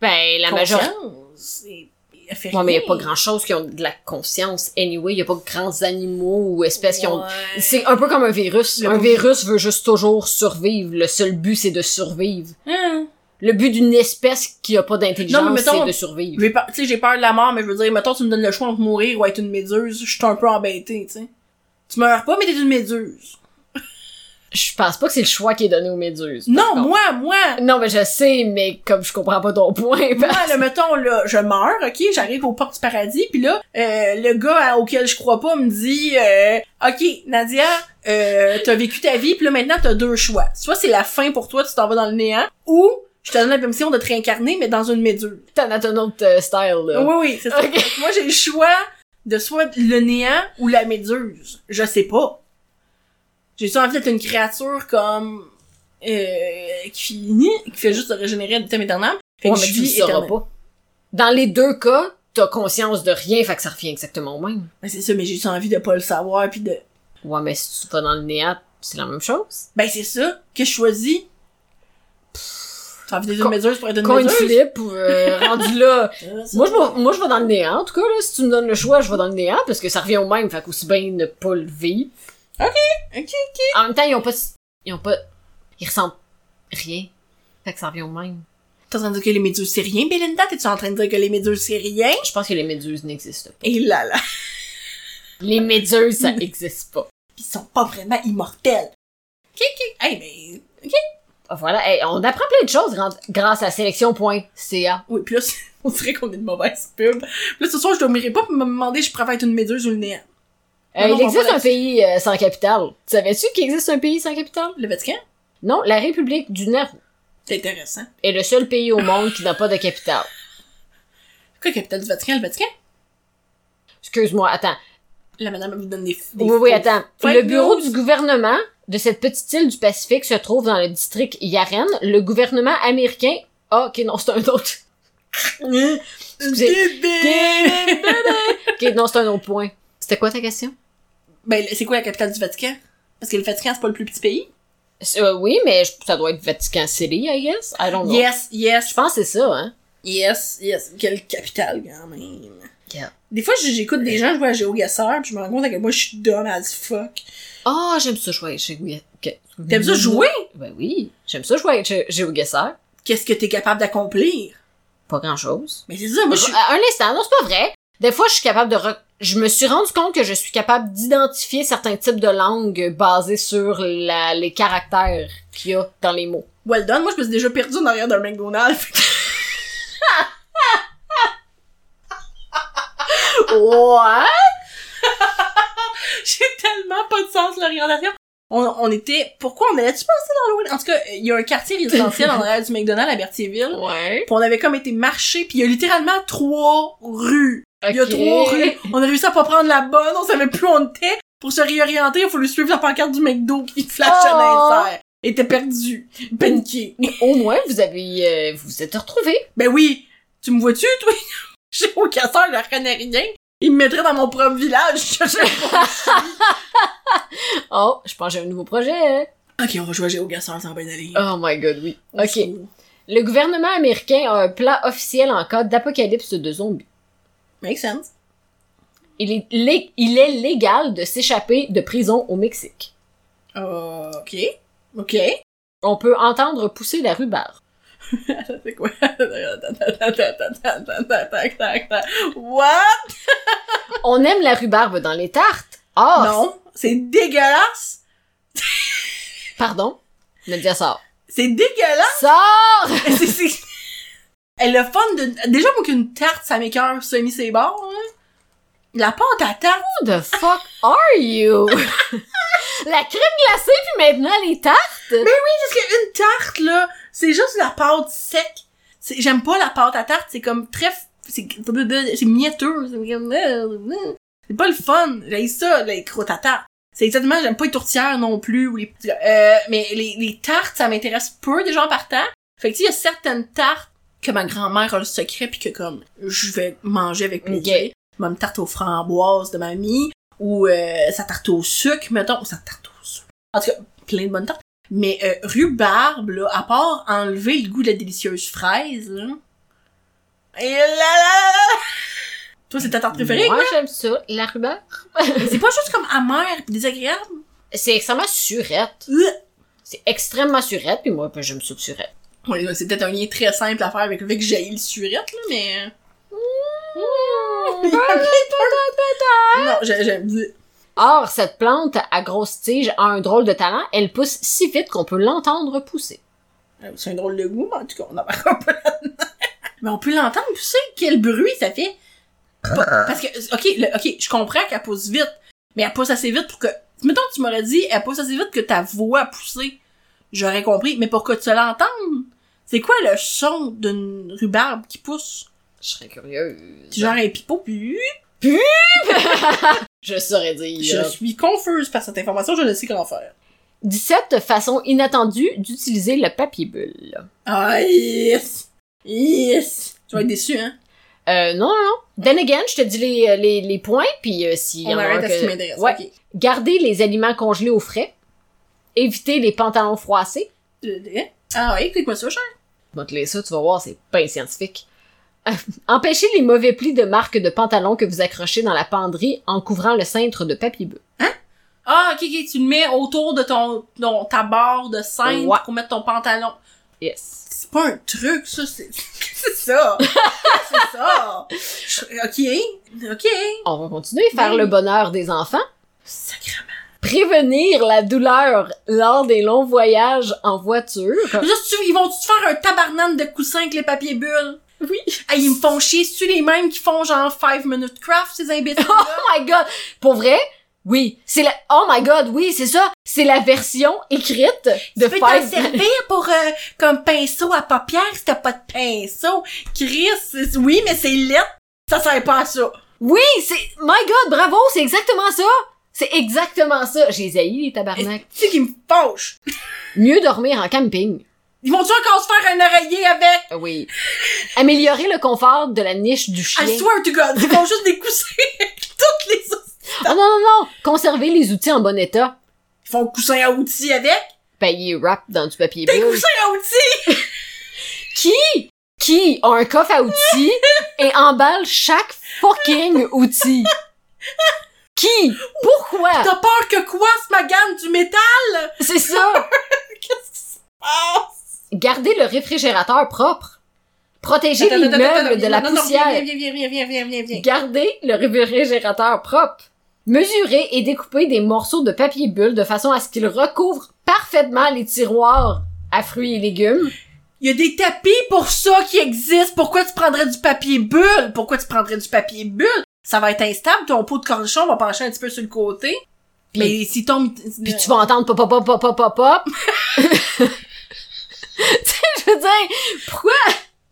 [SPEAKER 1] Ben, la majorité
[SPEAKER 2] conscience? Et- et Elle fait
[SPEAKER 1] Ouais, mais il
[SPEAKER 2] rien.
[SPEAKER 1] n'y a pas grand-chose qui ont de la conscience. Anyway, il n'y a pas de grands animaux ou espèces qui ont...
[SPEAKER 2] Ouais.
[SPEAKER 1] C'est un peu comme un virus.
[SPEAKER 2] Le
[SPEAKER 1] un
[SPEAKER 2] bon-
[SPEAKER 1] virus veut juste toujours survivre. Le seul but, c'est de survivre.
[SPEAKER 2] Hein.
[SPEAKER 1] Le but d'une espèce qui a pas
[SPEAKER 2] Non, mais
[SPEAKER 1] d'intelligence,
[SPEAKER 2] mettons-
[SPEAKER 1] c'est de survivre.
[SPEAKER 2] J'ai peur, tu sais, j'ai peur de la mort, mais je veux dire, mettons, tu me donnes le choix entre mourir ou être une méduse, je suis un peu embêtée, tu sais. Tu meurs pas, mais t'es une méduse.
[SPEAKER 1] Je pense pas que c'est le choix qui est donné aux méduses. par
[SPEAKER 2] Non,
[SPEAKER 1] contre.
[SPEAKER 2] moi, moi!
[SPEAKER 1] Non, mais je sais, mais comme je comprends pas ton point... ben-
[SPEAKER 2] Moi, là, mettons, là, je meurs, ok, j'arrive aux portes du paradis, puis là, euh, le gars à- auquel je crois pas me dit, euh, ok, Nadia, euh, t'as vécu ta vie, puis là maintenant t'as deux choix. Soit c'est la fin pour toi, tu t'en vas dans le néant, ou je te donne la permission de te réincarner, mais dans une méduse.
[SPEAKER 1] T'en as ton autre euh, style, là.
[SPEAKER 2] Oui, oui, c'est ça.
[SPEAKER 1] Ok.
[SPEAKER 2] Fait que Moi, j'ai le choix de soit le néant ou la méduse. Je sais pas. J'ai juste envie d'être une créature comme... Euh, qui finit, qui fait juste se régénérer de thème éternel. Fait
[SPEAKER 1] Ouais,
[SPEAKER 2] que
[SPEAKER 1] mais
[SPEAKER 2] je
[SPEAKER 1] tu le
[SPEAKER 2] vis
[SPEAKER 1] sauras
[SPEAKER 2] éternellement.
[SPEAKER 1] pas. Dans les deux cas, t'as conscience de rien, fait que ça revient exactement au même.
[SPEAKER 2] Ben, c'est ça, mais j'ai juste envie de pas le savoir puis de.
[SPEAKER 1] Ouais, mais si tu vas dans le néant, c'est la même chose.
[SPEAKER 2] Ben, c'est ça que je choisis. T'as envie d'être une
[SPEAKER 1] Con-
[SPEAKER 2] méduse pour être une
[SPEAKER 1] Coin de
[SPEAKER 2] méduse?
[SPEAKER 1] flip, ou, euh, rendu là.
[SPEAKER 2] Euh, ça-
[SPEAKER 1] Moi je, vais, moi, je vais dans le néant, en tout cas, là. Si tu me donnes le choix, je vais dans le néant, parce que ça revient au même, fait qu'aussi bien ne pas le vivre.
[SPEAKER 2] Ok, ok, ok.
[SPEAKER 1] En même temps, ils ont pas. Ils ont pas. Ils ressentent rien. Fait que ça revient au même.
[SPEAKER 2] T'es en train de dire que les méduses c'est rien, Belinda? T'es-tu en train de dire que les méduses c'est rien?
[SPEAKER 1] Je pense que les méduses n'existent pas.
[SPEAKER 2] Et là là.
[SPEAKER 1] Les méduses, ça existe pas.
[SPEAKER 2] Pis ils sont pas vraiment immortels. Ok, ok. Hey, ben. Ok.
[SPEAKER 1] Ah, Voilà, hey, on apprend plein de choses grand- grâce à sélection.ca.
[SPEAKER 2] Oui, pis là, c'est- on dirait qu'on est de mauvaise pub. Pis là, ce soir, je dormirai pas pis me demander si je préfère être une méduse ou le néant.
[SPEAKER 1] Euh,
[SPEAKER 2] Non,
[SPEAKER 1] il
[SPEAKER 2] non, on va
[SPEAKER 1] existe un
[SPEAKER 2] là-dessus.
[SPEAKER 1] pays euh, sans capitale. Tu Savais-tu qu'il existe un pays sans capitale?
[SPEAKER 2] Le Vatican?
[SPEAKER 1] Non, la République du Nord
[SPEAKER 2] C'est intéressant.
[SPEAKER 1] est le seul pays au monde qui n'a pas de capitale.
[SPEAKER 2] Quoi, capitale du Vatican? Le Vatican?
[SPEAKER 1] Excuse-moi, attends.
[SPEAKER 2] La madame, elle vous donne des. des
[SPEAKER 1] Oui, oui, attends.
[SPEAKER 2] Fake
[SPEAKER 1] le bureau
[SPEAKER 2] news.
[SPEAKER 1] du gouvernement de cette petite île du Pacifique se trouve dans le district Yaren. Le gouvernement américain... Ah, ok, non, c'est un autre. Excusez.
[SPEAKER 2] Bébé!
[SPEAKER 1] Ok, non, c'est un autre point. C'était quoi ta question?
[SPEAKER 2] Ben, c'est quoi la capitale du Vatican? Parce que le Vatican, c'est pas le plus petit pays.
[SPEAKER 1] Euh, oui, mais je- ça doit être Vatican City, I guess. I don't know.
[SPEAKER 2] Yes,
[SPEAKER 1] Je
[SPEAKER 2] yes,
[SPEAKER 1] pense que c'est ça, hein.
[SPEAKER 2] yes, yes. Quelle capitale, quand même.
[SPEAKER 1] Yeah.
[SPEAKER 2] Des fois, j'écoute des gens jouer à GeoGuessr, puis je me rends compte que moi, je suis dumb as fuck.
[SPEAKER 1] Ah, j'aime ça jouer chez Gui- Gu-
[SPEAKER 2] T'aimes ça jouer?
[SPEAKER 1] Ben oui, j'aime ça jouer avec Ge- GeoGuessr.
[SPEAKER 2] Qu'est-ce que t'es capable d'accomplir?
[SPEAKER 1] Pas grand-chose.
[SPEAKER 2] Mais c'est ça, moi, je suis...
[SPEAKER 1] À Un instant, non, c'est pas vrai. Des fois, je suis capable de... re- Je me suis rendu compte que je suis capable d'identifier certains types de langues basées sur la- les caractères qu'il y a dans les mots.
[SPEAKER 2] Well done, moi, je me suis déjà perdue en arrière d'un McDonald's. Fait que-
[SPEAKER 1] Ouais!
[SPEAKER 2] J'ai tellement pas de sens de l'orientation. On, on était... Pourquoi on allait-tu passer dans l'eau? En tout cas, il y a un quartier résidentiel en arrière du McDonald's à Berthierville.
[SPEAKER 1] Ouais.
[SPEAKER 2] Puis on avait comme été marcher, puis il y a littéralement trois rues. Il y a
[SPEAKER 1] Ok.
[SPEAKER 2] trois rues. On a réussi à pas prendre la bonne, on savait plus où on était. Pour se réorienter, il faut lui suivre la pancarte du McDo qui flash
[SPEAKER 1] Oh.
[SPEAKER 2] à l'insert. Il était perdu. Paniqué.
[SPEAKER 1] Au moins, vous avez... euh, vous vous êtes retrouvés.
[SPEAKER 2] Ben oui, tu me vois-tu, toi? J'ai au casseur, je la reconnais rien. Il me mettrait dans mon propre village. Je sais
[SPEAKER 1] Oh, je pense que j'ai un nouveau projet. hein.
[SPEAKER 2] pas. ok, on va jouer à Géogasseur, ça va bien aller.
[SPEAKER 1] Oh my god, oui. Ok. Le gouvernement américain a un plan officiel en cas d'apocalypse de zombies.
[SPEAKER 2] Make sense.
[SPEAKER 1] Il est, lé- il est légal de s'échapper de prison au Mexique.
[SPEAKER 2] Euh, ok. Ok.
[SPEAKER 1] On peut entendre pousser la rhubarbe.
[SPEAKER 2] Attends, c'est quoi? Attends, attends, attends, attends, attends, attends, attends. What?
[SPEAKER 1] On aime la rhubarbe dans les tartes. Or,
[SPEAKER 2] Non, c'est dégueulasse.
[SPEAKER 1] pardon, Nadia sort.
[SPEAKER 2] C'est dégueulasse.
[SPEAKER 1] Sort!
[SPEAKER 2] c'est, c'est... Et le fun de... Déjà, moi, qu'une tarte, ça m'écœure semi ses bords, hein. La pâte à tarte.
[SPEAKER 1] Who the fuck are you? la crème glacée puis maintenant les tartes?
[SPEAKER 2] Parce qu'une tarte, là, c'est juste la pâte sec. C'est- J'aime pas la pâte à tarte, c'est comme très... f- C'est, c'est mietteux. C'est comme- C'est pas le fun. J'ai ça, les croûtes à tarte. C'est exactement, j'aime pas les tourtières non plus, ou les petits- euh, mais les, les tartes, ça m'intéresse peu des gens partant. Fait que tu sais, il y a certaines tartes que ma grand-mère a le secret puis que comme, je vais manger avec plaisir.
[SPEAKER 1] Ok.
[SPEAKER 2] Même tarte aux framboises de mamie, ou euh, sa tarte au sucre, mettons, ou sa tarte au sucre. En tout cas, plein de bonnes tartes. Mais euh, rhubarbe, là, à part enlever le goût de la délicieuse fraise, là. Et là, là, là, là. Toi, c'est ta tarte préférée?
[SPEAKER 1] Moi, j'aime ça, la rhubarbe.
[SPEAKER 2] Mais c'est pas juste comme amer pis désagréable.
[SPEAKER 1] C'est extrêmement surette.
[SPEAKER 2] Euh.
[SPEAKER 1] C'est extrêmement surette puis moi, ben, j'aime ça, le surette.
[SPEAKER 2] Ouais, là, c'est peut-être un lien très simple à faire avec le fait que j'ai le surette, là, mais. non, j'ai- j'aime.
[SPEAKER 1] Or, cette plante à grosse tige a un drôle de talent. Elle pousse si vite qu'on peut l'entendre pousser.
[SPEAKER 2] Euh, C'est un drôle de goût, mais en tout cas, on en parlera pas là-dedans. Mais on peut l'entendre pousser. Quel bruit ça fait.
[SPEAKER 1] Ah.
[SPEAKER 2] Pas- parce que, ok, le- ok, je comprends qu'elle pousse vite, mais elle pousse assez vite pour que. Mettons que tu m'aurais dit, elle pousse assez vite que ta voix poussée. J'aurais compris, mais pour que tu l'entendes, c'est quoi le son d'une rhubarbe qui pousse?
[SPEAKER 1] Je serais curieuse.
[SPEAKER 2] C'est genre un pipeau, puis
[SPEAKER 1] Je saurais
[SPEAKER 2] je
[SPEAKER 1] dire.
[SPEAKER 2] suis confuse par cette information, je ne sais comment faire.
[SPEAKER 1] 17 façons inattendues d'utiliser le papier bulle.
[SPEAKER 2] Ah, yes! Yes! Tu vas être déçu, hein?
[SPEAKER 1] Euh, non, non, non. Then again, je te dis les, euh, les, les points, puis euh, s'il y
[SPEAKER 2] On
[SPEAKER 1] en a
[SPEAKER 2] arrête
[SPEAKER 1] un
[SPEAKER 2] à ce qui
[SPEAKER 1] que-
[SPEAKER 2] m'intéresse.
[SPEAKER 1] Ouais.
[SPEAKER 2] ok.
[SPEAKER 1] Garder les aliments congelés au frais. Éviter les pantalons froissés.
[SPEAKER 2] Euh, hein? Ah ouais, écoute-moi ça, cher.
[SPEAKER 1] Je vais te laisser ça, tu vas voir, c'est pas scientifique. Euh, Empêcher les mauvais plis de marque de pantalon que vous accrochez dans la penderie en couvrant le cintre de papier bulle.
[SPEAKER 2] Ah, ok, ok, tu le mets autour de ton, ton ta barre de scène
[SPEAKER 1] Ouais.
[SPEAKER 2] pour mettre ton pantalon.
[SPEAKER 1] Yes.
[SPEAKER 2] C'est pas un truc, ça, c'est... C'est ça! c'est ça! Je- Ok, ok.
[SPEAKER 1] On va continuer, faire
[SPEAKER 2] Ben Oui.
[SPEAKER 1] le bonheur des enfants.
[SPEAKER 2] Sacrément.
[SPEAKER 1] Prévenir la douleur lors des longs voyages en voiture. Oh
[SPEAKER 2] Là, si tu- ils vont-tu te faire un tabarnane de coussins avec les papiers bulles?
[SPEAKER 1] Oui.
[SPEAKER 2] Ah, ils me font chier. C'est-tu les mêmes qui font genre 5 minutes craft, ces imbéciles-là?
[SPEAKER 1] Oh my god! Pour vrai? Oui. C'est la, oh my god, oui, c'est ça. C'est la version écrite de
[SPEAKER 2] tu peux t'en
[SPEAKER 1] Five.
[SPEAKER 2] servir pour euh, comme pinceau à paupières si t'as pas de pinceau. Chris, c'est- oui, mais c'est lit. Ça sert pas à ça.
[SPEAKER 1] Oui, c'est, my god, bravo, c'est exactement ça. C'est exactement ça. J'ai haï les tabarnak.
[SPEAKER 2] C'est qui me fauche.
[SPEAKER 1] Mieux dormir en camping.
[SPEAKER 2] Ils vont-tu encore se faire un oreiller avec?
[SPEAKER 1] Ah Oui. Améliorer le confort de la niche du chien.
[SPEAKER 2] I swear to God, ils font juste des coussins avec toutes les autres.
[SPEAKER 1] Oh non, non, non. Conserver les outils en bon état.
[SPEAKER 2] Ils font coussins à outils avec.
[SPEAKER 1] Payer wrap dans du papier
[SPEAKER 2] Des
[SPEAKER 1] bulle.
[SPEAKER 2] coussins à outils!
[SPEAKER 1] qui qui a un coffre à outils et emballe chaque fucking outil. Qui? Pourquoi?
[SPEAKER 2] T'as peur que quoi, ce magane du métal?
[SPEAKER 1] C'est ça!
[SPEAKER 2] Ah!
[SPEAKER 1] Gardez le réfrigérateur propre. Protégez
[SPEAKER 2] Attends, attends, attends,
[SPEAKER 1] l'immeuble
[SPEAKER 2] attends,
[SPEAKER 1] de la
[SPEAKER 2] non, non,
[SPEAKER 1] poussière.
[SPEAKER 2] Viens, viens, viens, viens, viens, viens, viens.
[SPEAKER 1] Gardez le réfrigérateur propre. Mesurez et découpez des morceaux de papier bulle de façon à ce qu'ils recouvrent parfaitement les tiroirs à fruits et légumes.
[SPEAKER 2] Il y a des tapis pour ça qui existent. Pourquoi tu prendrais du papier bulle? Pourquoi tu prendrais du papier bulle? Ça va être instable. Ton pot de cornichon va pencher un petit peu sur le côté. Mais si tombe...
[SPEAKER 1] Puis tu vas entendre pop pop pop pop pop pop pop. Tu sais, je veux dire,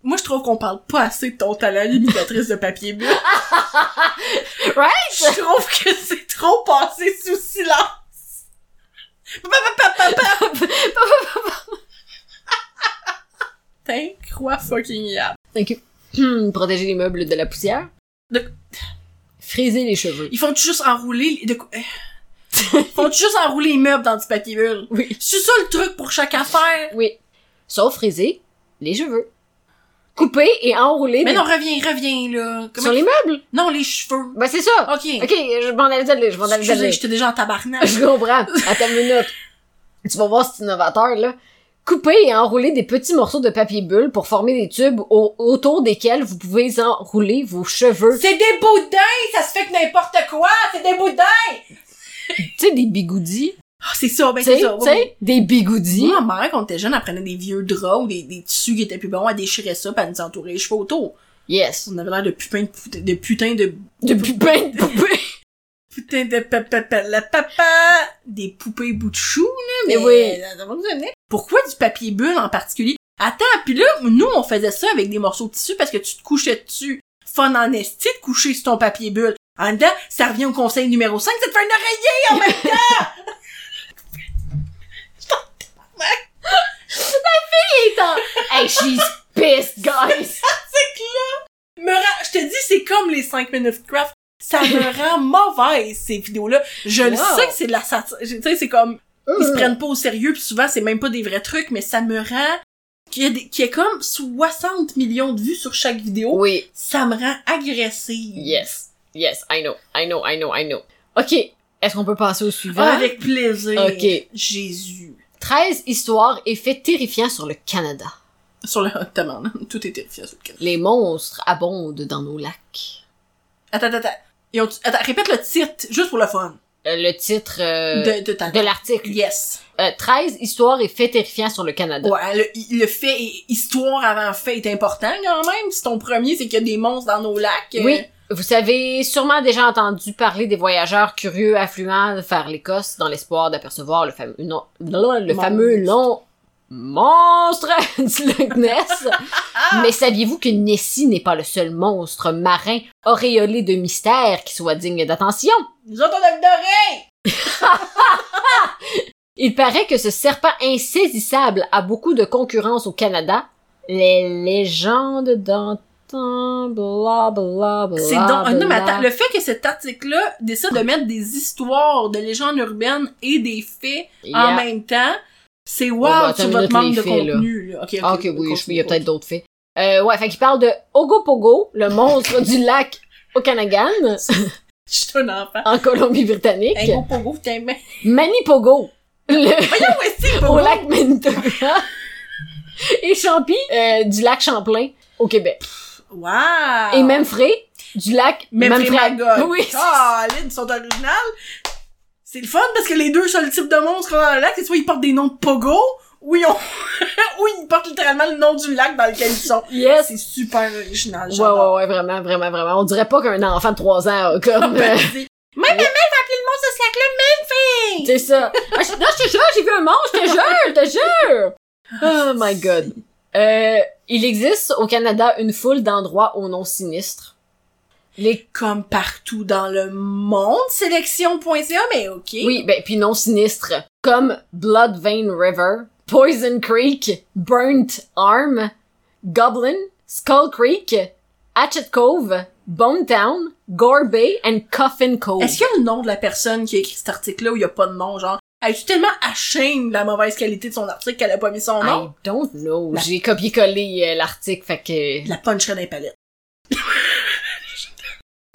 [SPEAKER 2] Moi, je trouve qu'on parle pas assez de ton talent limitatrice de papier bulle.
[SPEAKER 1] Right?
[SPEAKER 2] Je trouve que c'est trop passé sous silence. Papa, papa, papa, papa. T'es quoi fucking yab.
[SPEAKER 1] hmm, protéger les meubles de la poussière.
[SPEAKER 2] De-
[SPEAKER 1] Friser les cheveux.
[SPEAKER 2] Ils font juste enrouler... les- De... quoi- Ils font juste enrouler les meubles dans du papier bulle.
[SPEAKER 1] Oui.
[SPEAKER 2] C'est ça le truc pour chaque affaire.
[SPEAKER 1] Oui. Sauf friser les cheveux. Couper et enrouler
[SPEAKER 2] Mais
[SPEAKER 1] des-
[SPEAKER 2] non, reviens, reviens, là. Comment-
[SPEAKER 1] sur les meubles.
[SPEAKER 2] Non, les cheveux.
[SPEAKER 1] Ben c'est ça.
[SPEAKER 2] Ok.
[SPEAKER 1] Ok, je m'en allais dire, je m'en allais
[SPEAKER 2] Excusez,
[SPEAKER 1] dire.
[SPEAKER 2] j'étais déjà en tabarnak.
[SPEAKER 1] Je comprends. Attends une minute. Tu vas voir, c'est innovateur, là. Couper et enrouler des petits morceaux de papier bulle pour former des tubes au- autour desquels vous pouvez enrouler vos cheveux.
[SPEAKER 2] C'est des boudins! Ça se fait que n'importe quoi! C'est des boudins!
[SPEAKER 1] Tu sais, des bigoudis.
[SPEAKER 2] Ah, c'est ça, ben
[SPEAKER 1] Tu
[SPEAKER 2] c'est
[SPEAKER 1] sais,
[SPEAKER 2] ça.
[SPEAKER 1] tu sais, des bigoudis.
[SPEAKER 2] Moi, ma mère, quand on était jeune, elle prenait des vieux draps ou des, des tissus qui étaient plus bons, elle déchirait ça pis elle nous entourait les cheveux autour.
[SPEAKER 1] Yes.
[SPEAKER 2] On avait l'air de putain de putain de putain de
[SPEAKER 1] De pupin de poupée.
[SPEAKER 2] putain de papa, la papa, des poupées bout de chou, là, mais
[SPEAKER 1] Eh oui.
[SPEAKER 2] ça- ça fonctionnait. Pourquoi du papier bulle en particulier? Attends, puis là, nous, on faisait ça avec des morceaux de tissu parce que tu te couchais dessus. Fun en esti de coucher sur ton papier bulle. En dedans, ça revient au conseil numéro 5, c'est de faire une oreiller!
[SPEAKER 1] Et t'en- Hey, she's pissed, guys.
[SPEAKER 2] C'est que là, me rend- je te dis, c'est comme les 5 minutes de craft. Ça me rend mauvaise, ces vidéos-là. Je le
[SPEAKER 1] Wow. Euh.
[SPEAKER 2] sais que c'est de la satire. Tu sais, c'est comme, ils se prennent pas au sérieux, puis souvent, c'est même pas des vrais trucs, mais ça me rend... Qu'il y, a des- qu'il y a comme 60 millions de vues sur chaque vidéo,
[SPEAKER 1] Oui.
[SPEAKER 2] ça me rend agressive.
[SPEAKER 1] Yes. Yes, I know. I know, I know, I know. OK. Est-ce qu'on peut passer au suivant?
[SPEAKER 2] Ah, avec plaisir.
[SPEAKER 1] Hein? Ok.
[SPEAKER 2] Jésus.
[SPEAKER 1] 13 histoires et faits terrifiants sur le Canada.
[SPEAKER 2] Sur le hot tamand, tout est terrifiant sur le canal.
[SPEAKER 1] Les monstres abondent dans nos lacs.
[SPEAKER 2] Attends, attends, attends. Ils ont- attends, répète le titre, juste pour le fun.
[SPEAKER 1] Euh, le titre euh, de,
[SPEAKER 2] de, de ta...
[SPEAKER 1] l'article.
[SPEAKER 2] Yes.
[SPEAKER 1] Euh, 13 histoires et faits terrifiants sur le Canada.
[SPEAKER 2] Ouais, le, le fait, et- histoire avant fait est important quand même. Si ton premier, c'est qu'il y a des monstres dans nos lacs. euh,
[SPEAKER 1] Oui. Vous savez sûrement déjà entendu parler des voyageurs curieux affluents vers l'Écosse dans l'espoir d'apercevoir le, fameux non, non, le
[SPEAKER 2] Monstre.
[SPEAKER 1] fameux long monstre du Loch Ness. Mais saviez-vous que Nessie n'est pas le seul monstre marin auréolé de mystère qui soit digne d'attention?
[SPEAKER 2] Nous autres, on a le doré!
[SPEAKER 1] Il paraît que ce serpent insaisissable a beaucoup de concurrence au Canada. Les légendes d'antan, bla bla bla.
[SPEAKER 2] C'est donc, Ah, euh, non, mais
[SPEAKER 1] bla.
[SPEAKER 2] attends, le fait que cet article-là décide de mettre des histoires de légendes urbaines et des faits
[SPEAKER 1] Yeah.
[SPEAKER 2] en même temps, c'est
[SPEAKER 1] Ouais, bah,
[SPEAKER 2] wow
[SPEAKER 1] attends
[SPEAKER 2] sur
[SPEAKER 1] une
[SPEAKER 2] votre
[SPEAKER 1] minute,
[SPEAKER 2] manque
[SPEAKER 1] les
[SPEAKER 2] de
[SPEAKER 1] faits, là.
[SPEAKER 2] contenu, là. Ok, ok,
[SPEAKER 1] Ah, ok, oui,
[SPEAKER 2] continue,
[SPEAKER 1] je- il y a peut-être d'autres faits. Euh, ouais, fait qu'il parle de Ogopogo, le monstre du lac Okanagan,
[SPEAKER 2] Je suis un enfant.
[SPEAKER 1] en Colombie-Britannique.
[SPEAKER 2] Un gros pogo, t'es main.
[SPEAKER 1] Manipogo, le-
[SPEAKER 2] Voyons, ouais, c'est
[SPEAKER 1] au
[SPEAKER 2] pogo.
[SPEAKER 1] lac Manitoba. Et Champi, euh, du lac Champlain, au Québec.
[SPEAKER 2] Wow!
[SPEAKER 1] Et Memphray, du lac
[SPEAKER 2] Même Ah. Magog. Ah.
[SPEAKER 1] Oui, c'est
[SPEAKER 2] Colin, ils sont originales. C'est le fun parce que les deux seuls types de monstres qu'on a dans le lac, c'est soit ils portent des noms de pogo ou ils ont, ou ils portent littéralement le nom du lac dans lequel ils sont.
[SPEAKER 1] Yes!
[SPEAKER 2] C'est super original,
[SPEAKER 1] Ouais, ouais,
[SPEAKER 2] j'adore.
[SPEAKER 1] ouais, vraiment, vraiment, vraiment. On dirait pas qu'un enfant de 3 ans a comme... euh,
[SPEAKER 2] Baptisé. Même ma mère va appeler le monstre de ce lac-là Memphis!
[SPEAKER 1] c'est ça. Ah, je- non, je te jure, j'ai vu un monstre, je te jure, je te jure!
[SPEAKER 2] Ah,
[SPEAKER 1] Oh my god. Euh, il existe au Canada une foule d'endroits aux noms sinistres. Les...
[SPEAKER 2] Comme partout dans le monde, sélection.ca, mais ok.
[SPEAKER 1] Oui, ben, puis noms sinistres. Comme Blood Vein River, Poison Creek, Burnt Arm, Goblin, Skull Creek, Hatchet Cove, Bone Town, Gore Bay, and Coffin Cove.
[SPEAKER 2] Est-ce qu'il y a le nom de la personne qui a écrit cet article-là ou il y a pas de nom, genre? Elle est tellement ashamed de la mauvaise qualité de son article qu'elle a pas mis son
[SPEAKER 1] I
[SPEAKER 2] nom?
[SPEAKER 1] don't know.
[SPEAKER 2] Oh, La-
[SPEAKER 1] J'ai copié-collé euh, l'article, fait que
[SPEAKER 2] La puncherait dans les palettes.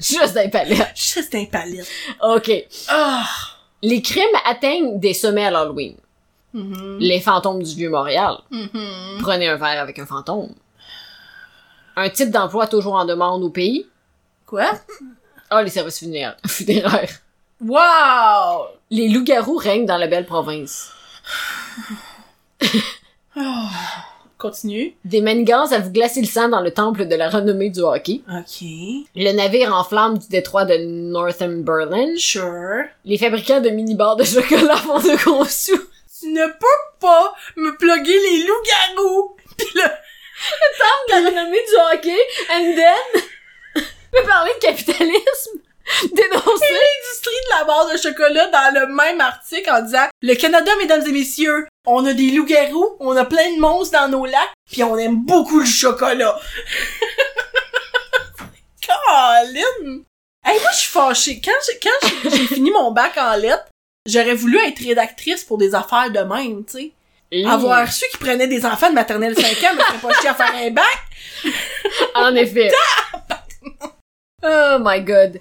[SPEAKER 1] Juste des palettes.
[SPEAKER 2] Juste un palette.
[SPEAKER 1] OK.
[SPEAKER 2] Ah!
[SPEAKER 1] Les crimes atteignent des sommets à l'Halloween.
[SPEAKER 2] Mhm.
[SPEAKER 1] Les fantômes du Vieux-Montréal.
[SPEAKER 2] Mhm.
[SPEAKER 1] Prenez un verre avec un fantôme. Un type d'emploi toujours en demande au pays.
[SPEAKER 2] Quoi?
[SPEAKER 1] Ah, les services funéra- funéraires.
[SPEAKER 2] Wow!
[SPEAKER 1] Les loups-garous règnent dans la belle province.
[SPEAKER 2] Ah. Continue.
[SPEAKER 1] Des manigances à vous glacer le sang dans le temple de la renommée du hockey.
[SPEAKER 2] Ok.
[SPEAKER 1] Le navire en flammes du détroit de Northumberland.
[SPEAKER 2] Sure.
[SPEAKER 1] Les fabricants de mini-bars de chocolat font de gros sous.
[SPEAKER 2] Tu ne peux pas me plugger les loups-garous! Pis le...
[SPEAKER 1] La renommée du hockey, and then... peut parler de capitalisme? Dénoncer?
[SPEAKER 2] l'industrie de la barre de chocolat dans le même article en disant « Le Canada, mesdames et messieurs, on a des loups-garous, on a plein de monstres dans nos lacs, puis on aime beaucoup le chocolat. » Colin! Hey, moi, je suis fâchée. Quand j'ai, quand j'ai- j'ai fini mon bac en lettres, j'aurais voulu être rédactrice pour des affaires de même, tu sais.
[SPEAKER 1] Mmh.
[SPEAKER 2] Avoir ceux qui prenaient des enfants de maternelle 5 ans, mais c'était pas chier à faire un bac.
[SPEAKER 1] En effet. oh my god.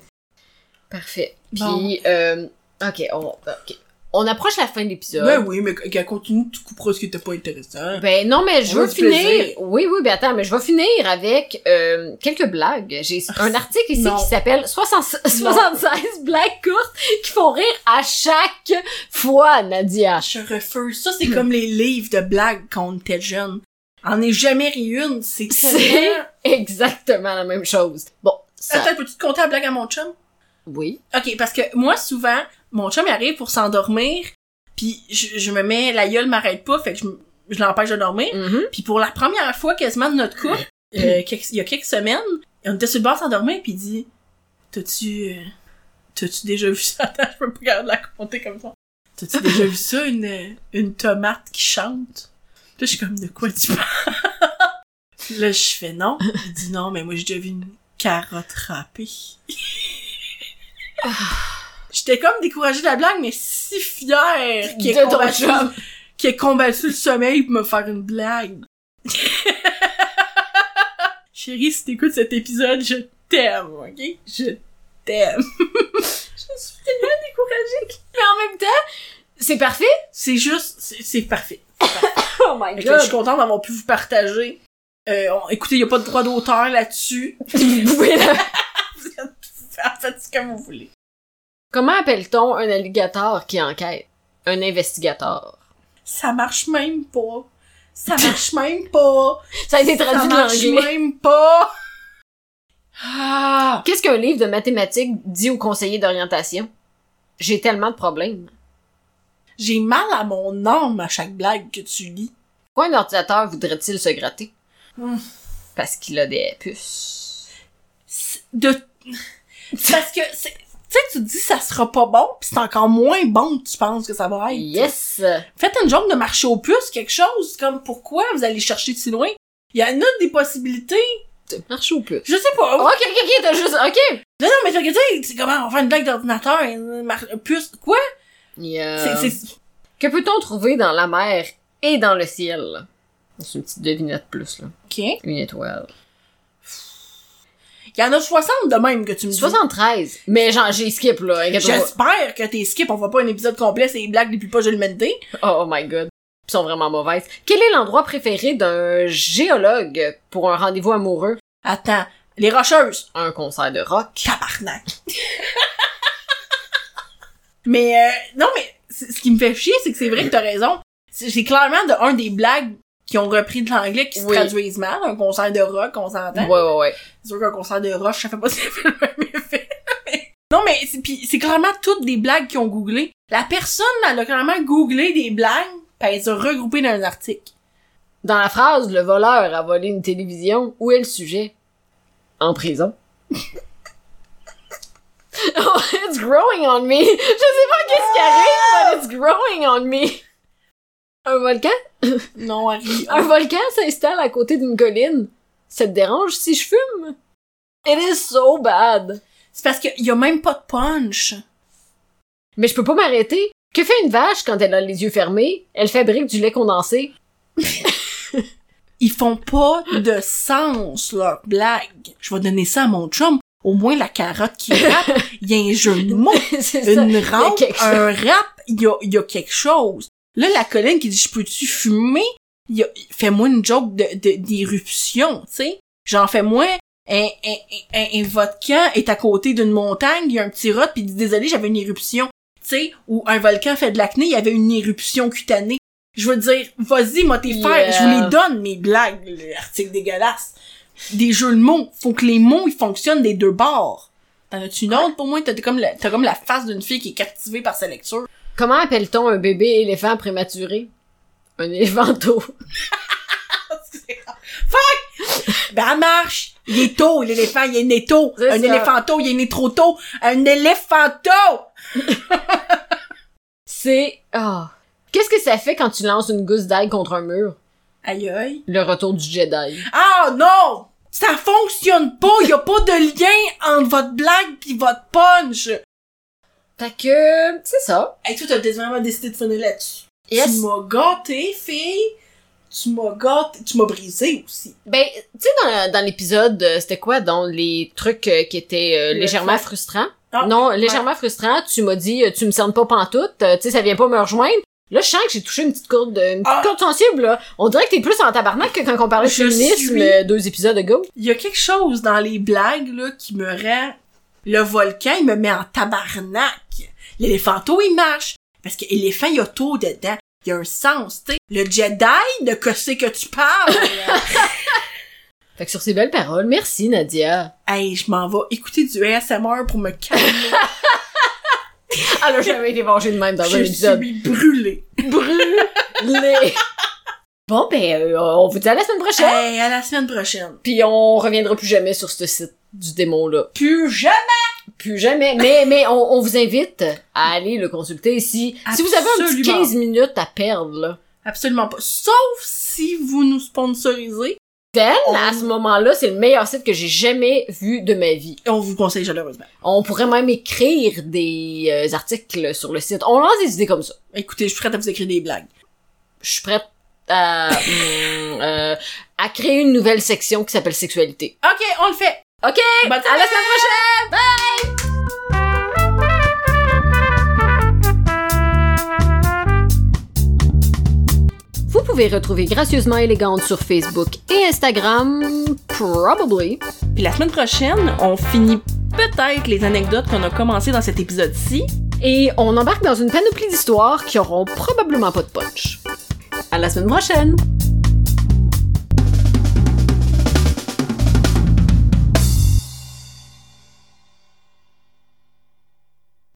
[SPEAKER 1] Parfait. Puis,
[SPEAKER 2] Bon.
[SPEAKER 1] euh, ok, on, ok. On approche la fin de l'épisode.
[SPEAKER 2] Ben oui, mais qu'elle continue, tu couperas ce qui était pas intéressant.
[SPEAKER 1] Ben non, mais je
[SPEAKER 2] On a
[SPEAKER 1] veux
[SPEAKER 2] du
[SPEAKER 1] finir.
[SPEAKER 2] plaisir.
[SPEAKER 1] Oui, oui, ben attends, mais je vais finir avec euh, quelques blagues. J'ai un article ici
[SPEAKER 2] Ah, Non.
[SPEAKER 1] qui s'appelle 60 76 blagues courtes qui font rire à chaque fois, Nadia.
[SPEAKER 2] Je refuse. Ça, c'est comme les livres de blagues quand on était jeune. On est jamais ri une, c'est
[SPEAKER 1] C'est
[SPEAKER 2] tellement...
[SPEAKER 1] exactement la même chose. Bon, ça,
[SPEAKER 2] Attends, peux-tu te conter la blague à mon chum?
[SPEAKER 1] oui.
[SPEAKER 2] Ok, parce que moi, souvent, mon chum, il arrive pour s'endormir, puis je, je me mets... La gueule m'arrête pas, fait que je, m- je l'empêche de dormir.
[SPEAKER 1] Mhm.
[SPEAKER 2] Puis pour la première fois quasiment de notre couple, euh, quelques- il y a quelques semaines, on était sur le bord de s'endormir, puis il dit « T'as-tu... euh, T'as-tu déjà vu ça? » Attends, je peux pas garder la compter comme ça. « T'as-tu déjà vu ça, une, une tomate qui chante? » Puis là, je suis comme « De quoi tu parles? » Puis Là, je fais « Non. » Il dit « Non, mais moi, j'ai déjà vu une carotte râpée. » J'étais comme découragée de la blague, mais si fière qu'il ait
[SPEAKER 1] De ton
[SPEAKER 2] combattu-
[SPEAKER 1] chum.
[SPEAKER 2] qu'il ait combattu le sommeil pour me faire une blague. Chérie, si t'écoutes cet épisode, je t'aime, ok? Je t'aime. je suis tellement découragée.
[SPEAKER 1] Mais en même temps, c'est parfait.
[SPEAKER 2] C'est juste, c'est c'est parfait.
[SPEAKER 1] Oh my
[SPEAKER 2] Fait que là, Je suis contente d'avoir pu vous partager. Euh, on- écoutez, il a pas de droit d'auteur là-dessus.
[SPEAKER 1] Vous pouvez la-
[SPEAKER 2] Vous êtes- en fait ce que vous voulez.
[SPEAKER 1] Comment appelle-t-on un alligator qui enquête? Un investigateur.
[SPEAKER 2] Ça marche même pas. Ça marche même pas.
[SPEAKER 1] Ça a été
[SPEAKER 2] Ça
[SPEAKER 1] traduit de
[SPEAKER 2] marche
[SPEAKER 1] l'anglais.
[SPEAKER 2] même pas. Ah!
[SPEAKER 1] Qu'est-ce qu'un livre de mathématiques dit au conseiller d'orientation? J'ai tellement de problèmes.
[SPEAKER 2] J'ai mal à mon âme à chaque blague que tu lis.
[SPEAKER 1] Pourquoi un ordinateur voudrait-il se gratter?
[SPEAKER 2] Hmm.
[SPEAKER 1] Parce qu'il a des puces.
[SPEAKER 2] C'est- de parce que c'est- tu sais tu te dis ça sera pas bon puis c'est encore moins bon que tu penses que ça va être
[SPEAKER 1] Yes!
[SPEAKER 2] faites une joke de marché aux puces quelque chose comme pourquoi vous allez chercher si loin il y en a des possibilités
[SPEAKER 1] Marche aux puces.
[SPEAKER 2] je sais pas
[SPEAKER 1] Ok, ok, ok, t'as juste... Ok!
[SPEAKER 2] non non mais tu sais c'est comment on va faire une blague d'ordinateur et une mar- puce quoi
[SPEAKER 1] Yeah. Euh,
[SPEAKER 2] c'est c'est-
[SPEAKER 1] Que peut-on trouver dans la mer et dans le ciel? C'est une petite devinette plus, là.
[SPEAKER 2] ok
[SPEAKER 1] Une étoile.
[SPEAKER 2] il y en a 60 de même que tu me dis
[SPEAKER 1] 73. Mais genre, j'ai skip, là. inquiète-toi pas.
[SPEAKER 2] j'espère que t'es skip on va pas un épisode complet c'est les blagues les plus pas de l'humanité
[SPEAKER 1] Oh, oh my god. Ils sont vraiment mauvaises. Quel est l'endroit préféré d'un géologue pour un rendez-vous amoureux?
[SPEAKER 2] attends les rocheuses
[SPEAKER 1] Un concert de rock?
[SPEAKER 2] Tabarnak. mais euh, non, mais c- ce qui me fait chier, c'est que c'est vrai que t'as raison. C'est c'est clairement de un des blagues qui ont repris de l'anglais qui se
[SPEAKER 1] Oui.
[SPEAKER 2] traduisent mal. Un concert de rock, on
[SPEAKER 1] Ouais,
[SPEAKER 2] s'entend.
[SPEAKER 1] ouais, ouais.
[SPEAKER 2] C'est sûr qu'un concert de rock, ça fait pas si ça fait le même effet. non, mais c'est puis c'est clairement toutes des blagues qui ont googlé. La personne, elle a clairement googlé des blagues, puis elle les a regroupées dans un article.
[SPEAKER 1] Dans la phrase, le voleur a volé une télévision, où est le sujet? En prison. oh, it's growing on me! Je sais pas qu'est-ce qui arrive, but it's growing on me! Un volcan?
[SPEAKER 2] Non, Harry.
[SPEAKER 1] Un volcan s'installe à côté d'une colline. Ça te dérange si je fume? It is so bad!
[SPEAKER 2] C'est parce qu'il y a même pas de punch.
[SPEAKER 1] Mais je peux pas m'arrêter. Que fait une vache quand elle a les yeux fermés? Elle fabrique du lait condensé.
[SPEAKER 2] ils font pas de sens, leurs blagues. Je vais donner ça à mon chum. Au moins, la carotte qui rappe, il y a un jeu de mots.
[SPEAKER 1] c'est ça.
[SPEAKER 2] Une
[SPEAKER 1] a
[SPEAKER 2] rampe,
[SPEAKER 1] quelque
[SPEAKER 2] un rap, il y a, il y a quelque chose. Là, la colline qui dit « Je peux-tu fumer? » il y a- Fais-moi une joke de, de- d'éruption, tu sais. Genre, fais-moi un, un, un, un volcan est à côté d'une montagne, il y a un petit rot, puis il dit « Désolé, j'avais une éruption. » Tu sais, ou un volcan fait de l'acné, il y avait une éruption cutanée. Je veux dire, vas-y, moi tes faire, je vous
[SPEAKER 1] Yeah.
[SPEAKER 2] les donne, mes blagues, l'article dégueulasse. Des jeux de mots, faut que les mots, ils fonctionnent des deux bords. T'en as-tu une autre pour moi? T'as t'as comme, la- t'as comme la face d'une fille qui est captivée par sa lecture.
[SPEAKER 1] Comment appelle-t-on un bébé éléphant prématuré? Un éléphanto.
[SPEAKER 2] Ben, elle marche! Il est tôt, l'éléphant, il est né tôt.
[SPEAKER 1] C'est
[SPEAKER 2] Un
[SPEAKER 1] ça.
[SPEAKER 2] éléphanto, il est né trop tôt. Un éléphanto!
[SPEAKER 1] C'est... Ah. Qu'est-ce que ça fait quand tu lances une gousse d'ail contre un mur?
[SPEAKER 2] Aïe aïe.
[SPEAKER 1] Le retour du Jedi.
[SPEAKER 2] Ah non! Ça fonctionne pas! Y a pas de lien entre votre blague pis votre punch!
[SPEAKER 1] Fait que... C'est ça.
[SPEAKER 2] Hey, toi, t'as vraiment décidé de finir là-dessus.
[SPEAKER 1] Yes.
[SPEAKER 2] Tu m'as gâté, fille. Tu m'as gâté. Tu m'as brisé aussi.
[SPEAKER 1] Ben, tu sais, dans, dans l'épisode, euh, c'était quoi, dans les trucs euh, qui étaient euh,
[SPEAKER 2] Le
[SPEAKER 1] légèrement
[SPEAKER 2] fond.
[SPEAKER 1] frustrants?
[SPEAKER 2] Ah,
[SPEAKER 1] non, légèrement frustrants, tu m'as dit, euh, tu me cernes pas pantoute, euh, tu sais, ça vient pas me rejoindre. Là, je sens que j'ai touché une petite corde, une petite
[SPEAKER 2] Ah.
[SPEAKER 1] corde sensible, là. On dirait que t'es plus en tabarnak que quand on parlait de
[SPEAKER 2] Je
[SPEAKER 1] féminisme
[SPEAKER 2] suis-
[SPEAKER 1] euh, deux épisodes ago.
[SPEAKER 2] Il y a quelque chose dans les blagues, là, qui me rend. Le volcan, il me met en tabarnak. L'éléphanto, il marche. Parce que éléphant, il y a tout dedans. Il y a un sens, tu sais. Le Jedi, de que c'est que tu parles.
[SPEAKER 1] Fait que sur ces belles paroles, merci, Nadia.
[SPEAKER 2] hey, je m'en vais écouter du ASMR pour me calmer.
[SPEAKER 1] Elle a jamais Ah, été vengée de même dans un
[SPEAKER 2] Je
[SPEAKER 1] épisode.
[SPEAKER 2] suis brûlée.
[SPEAKER 1] Brûlée. Bon, ben, euh, on vous dit à la semaine prochaine.
[SPEAKER 2] Hey, à la semaine prochaine.
[SPEAKER 1] Puis on reviendra plus jamais sur ce site du démon-là.
[SPEAKER 2] Plus jamais.
[SPEAKER 1] Plus jamais. Mais, mais on, on vous invite à aller le consulter si, si vous avez un petit
[SPEAKER 2] Absolument.
[SPEAKER 1] 15 minutes à perdre, là.
[SPEAKER 2] Absolument pas. Sauf si vous nous sponsorisez.
[SPEAKER 1] Then,
[SPEAKER 2] On-
[SPEAKER 1] à ce moment-là, c'est le meilleur site que j'ai jamais vu de ma vie.
[SPEAKER 2] Et on vous le conseille chaleureusement.
[SPEAKER 1] On pourrait même écrire des euh, articles sur le site. On lance des idées comme ça.
[SPEAKER 2] Écoutez, je suis prête à vous écrire des blagues.
[SPEAKER 1] Je suis prête à, mm, euh, à créer une nouvelle section qui s'appelle sexualité.
[SPEAKER 2] OK, on le fait.
[SPEAKER 1] OK,
[SPEAKER 2] Bonne
[SPEAKER 1] À la
[SPEAKER 2] semaine.
[SPEAKER 1] semaine prochaine! Bye! Vous pouvez retrouver Gracieusement Élégante sur Facebook et Instagram, probably.
[SPEAKER 2] Puis la semaine prochaine, on finit peut-être les anecdotes qu'on a commencées dans cet épisode-ci.
[SPEAKER 1] Et on embarque dans une panoplie d'histoires qui auront probablement pas de punch. À la semaine prochaine!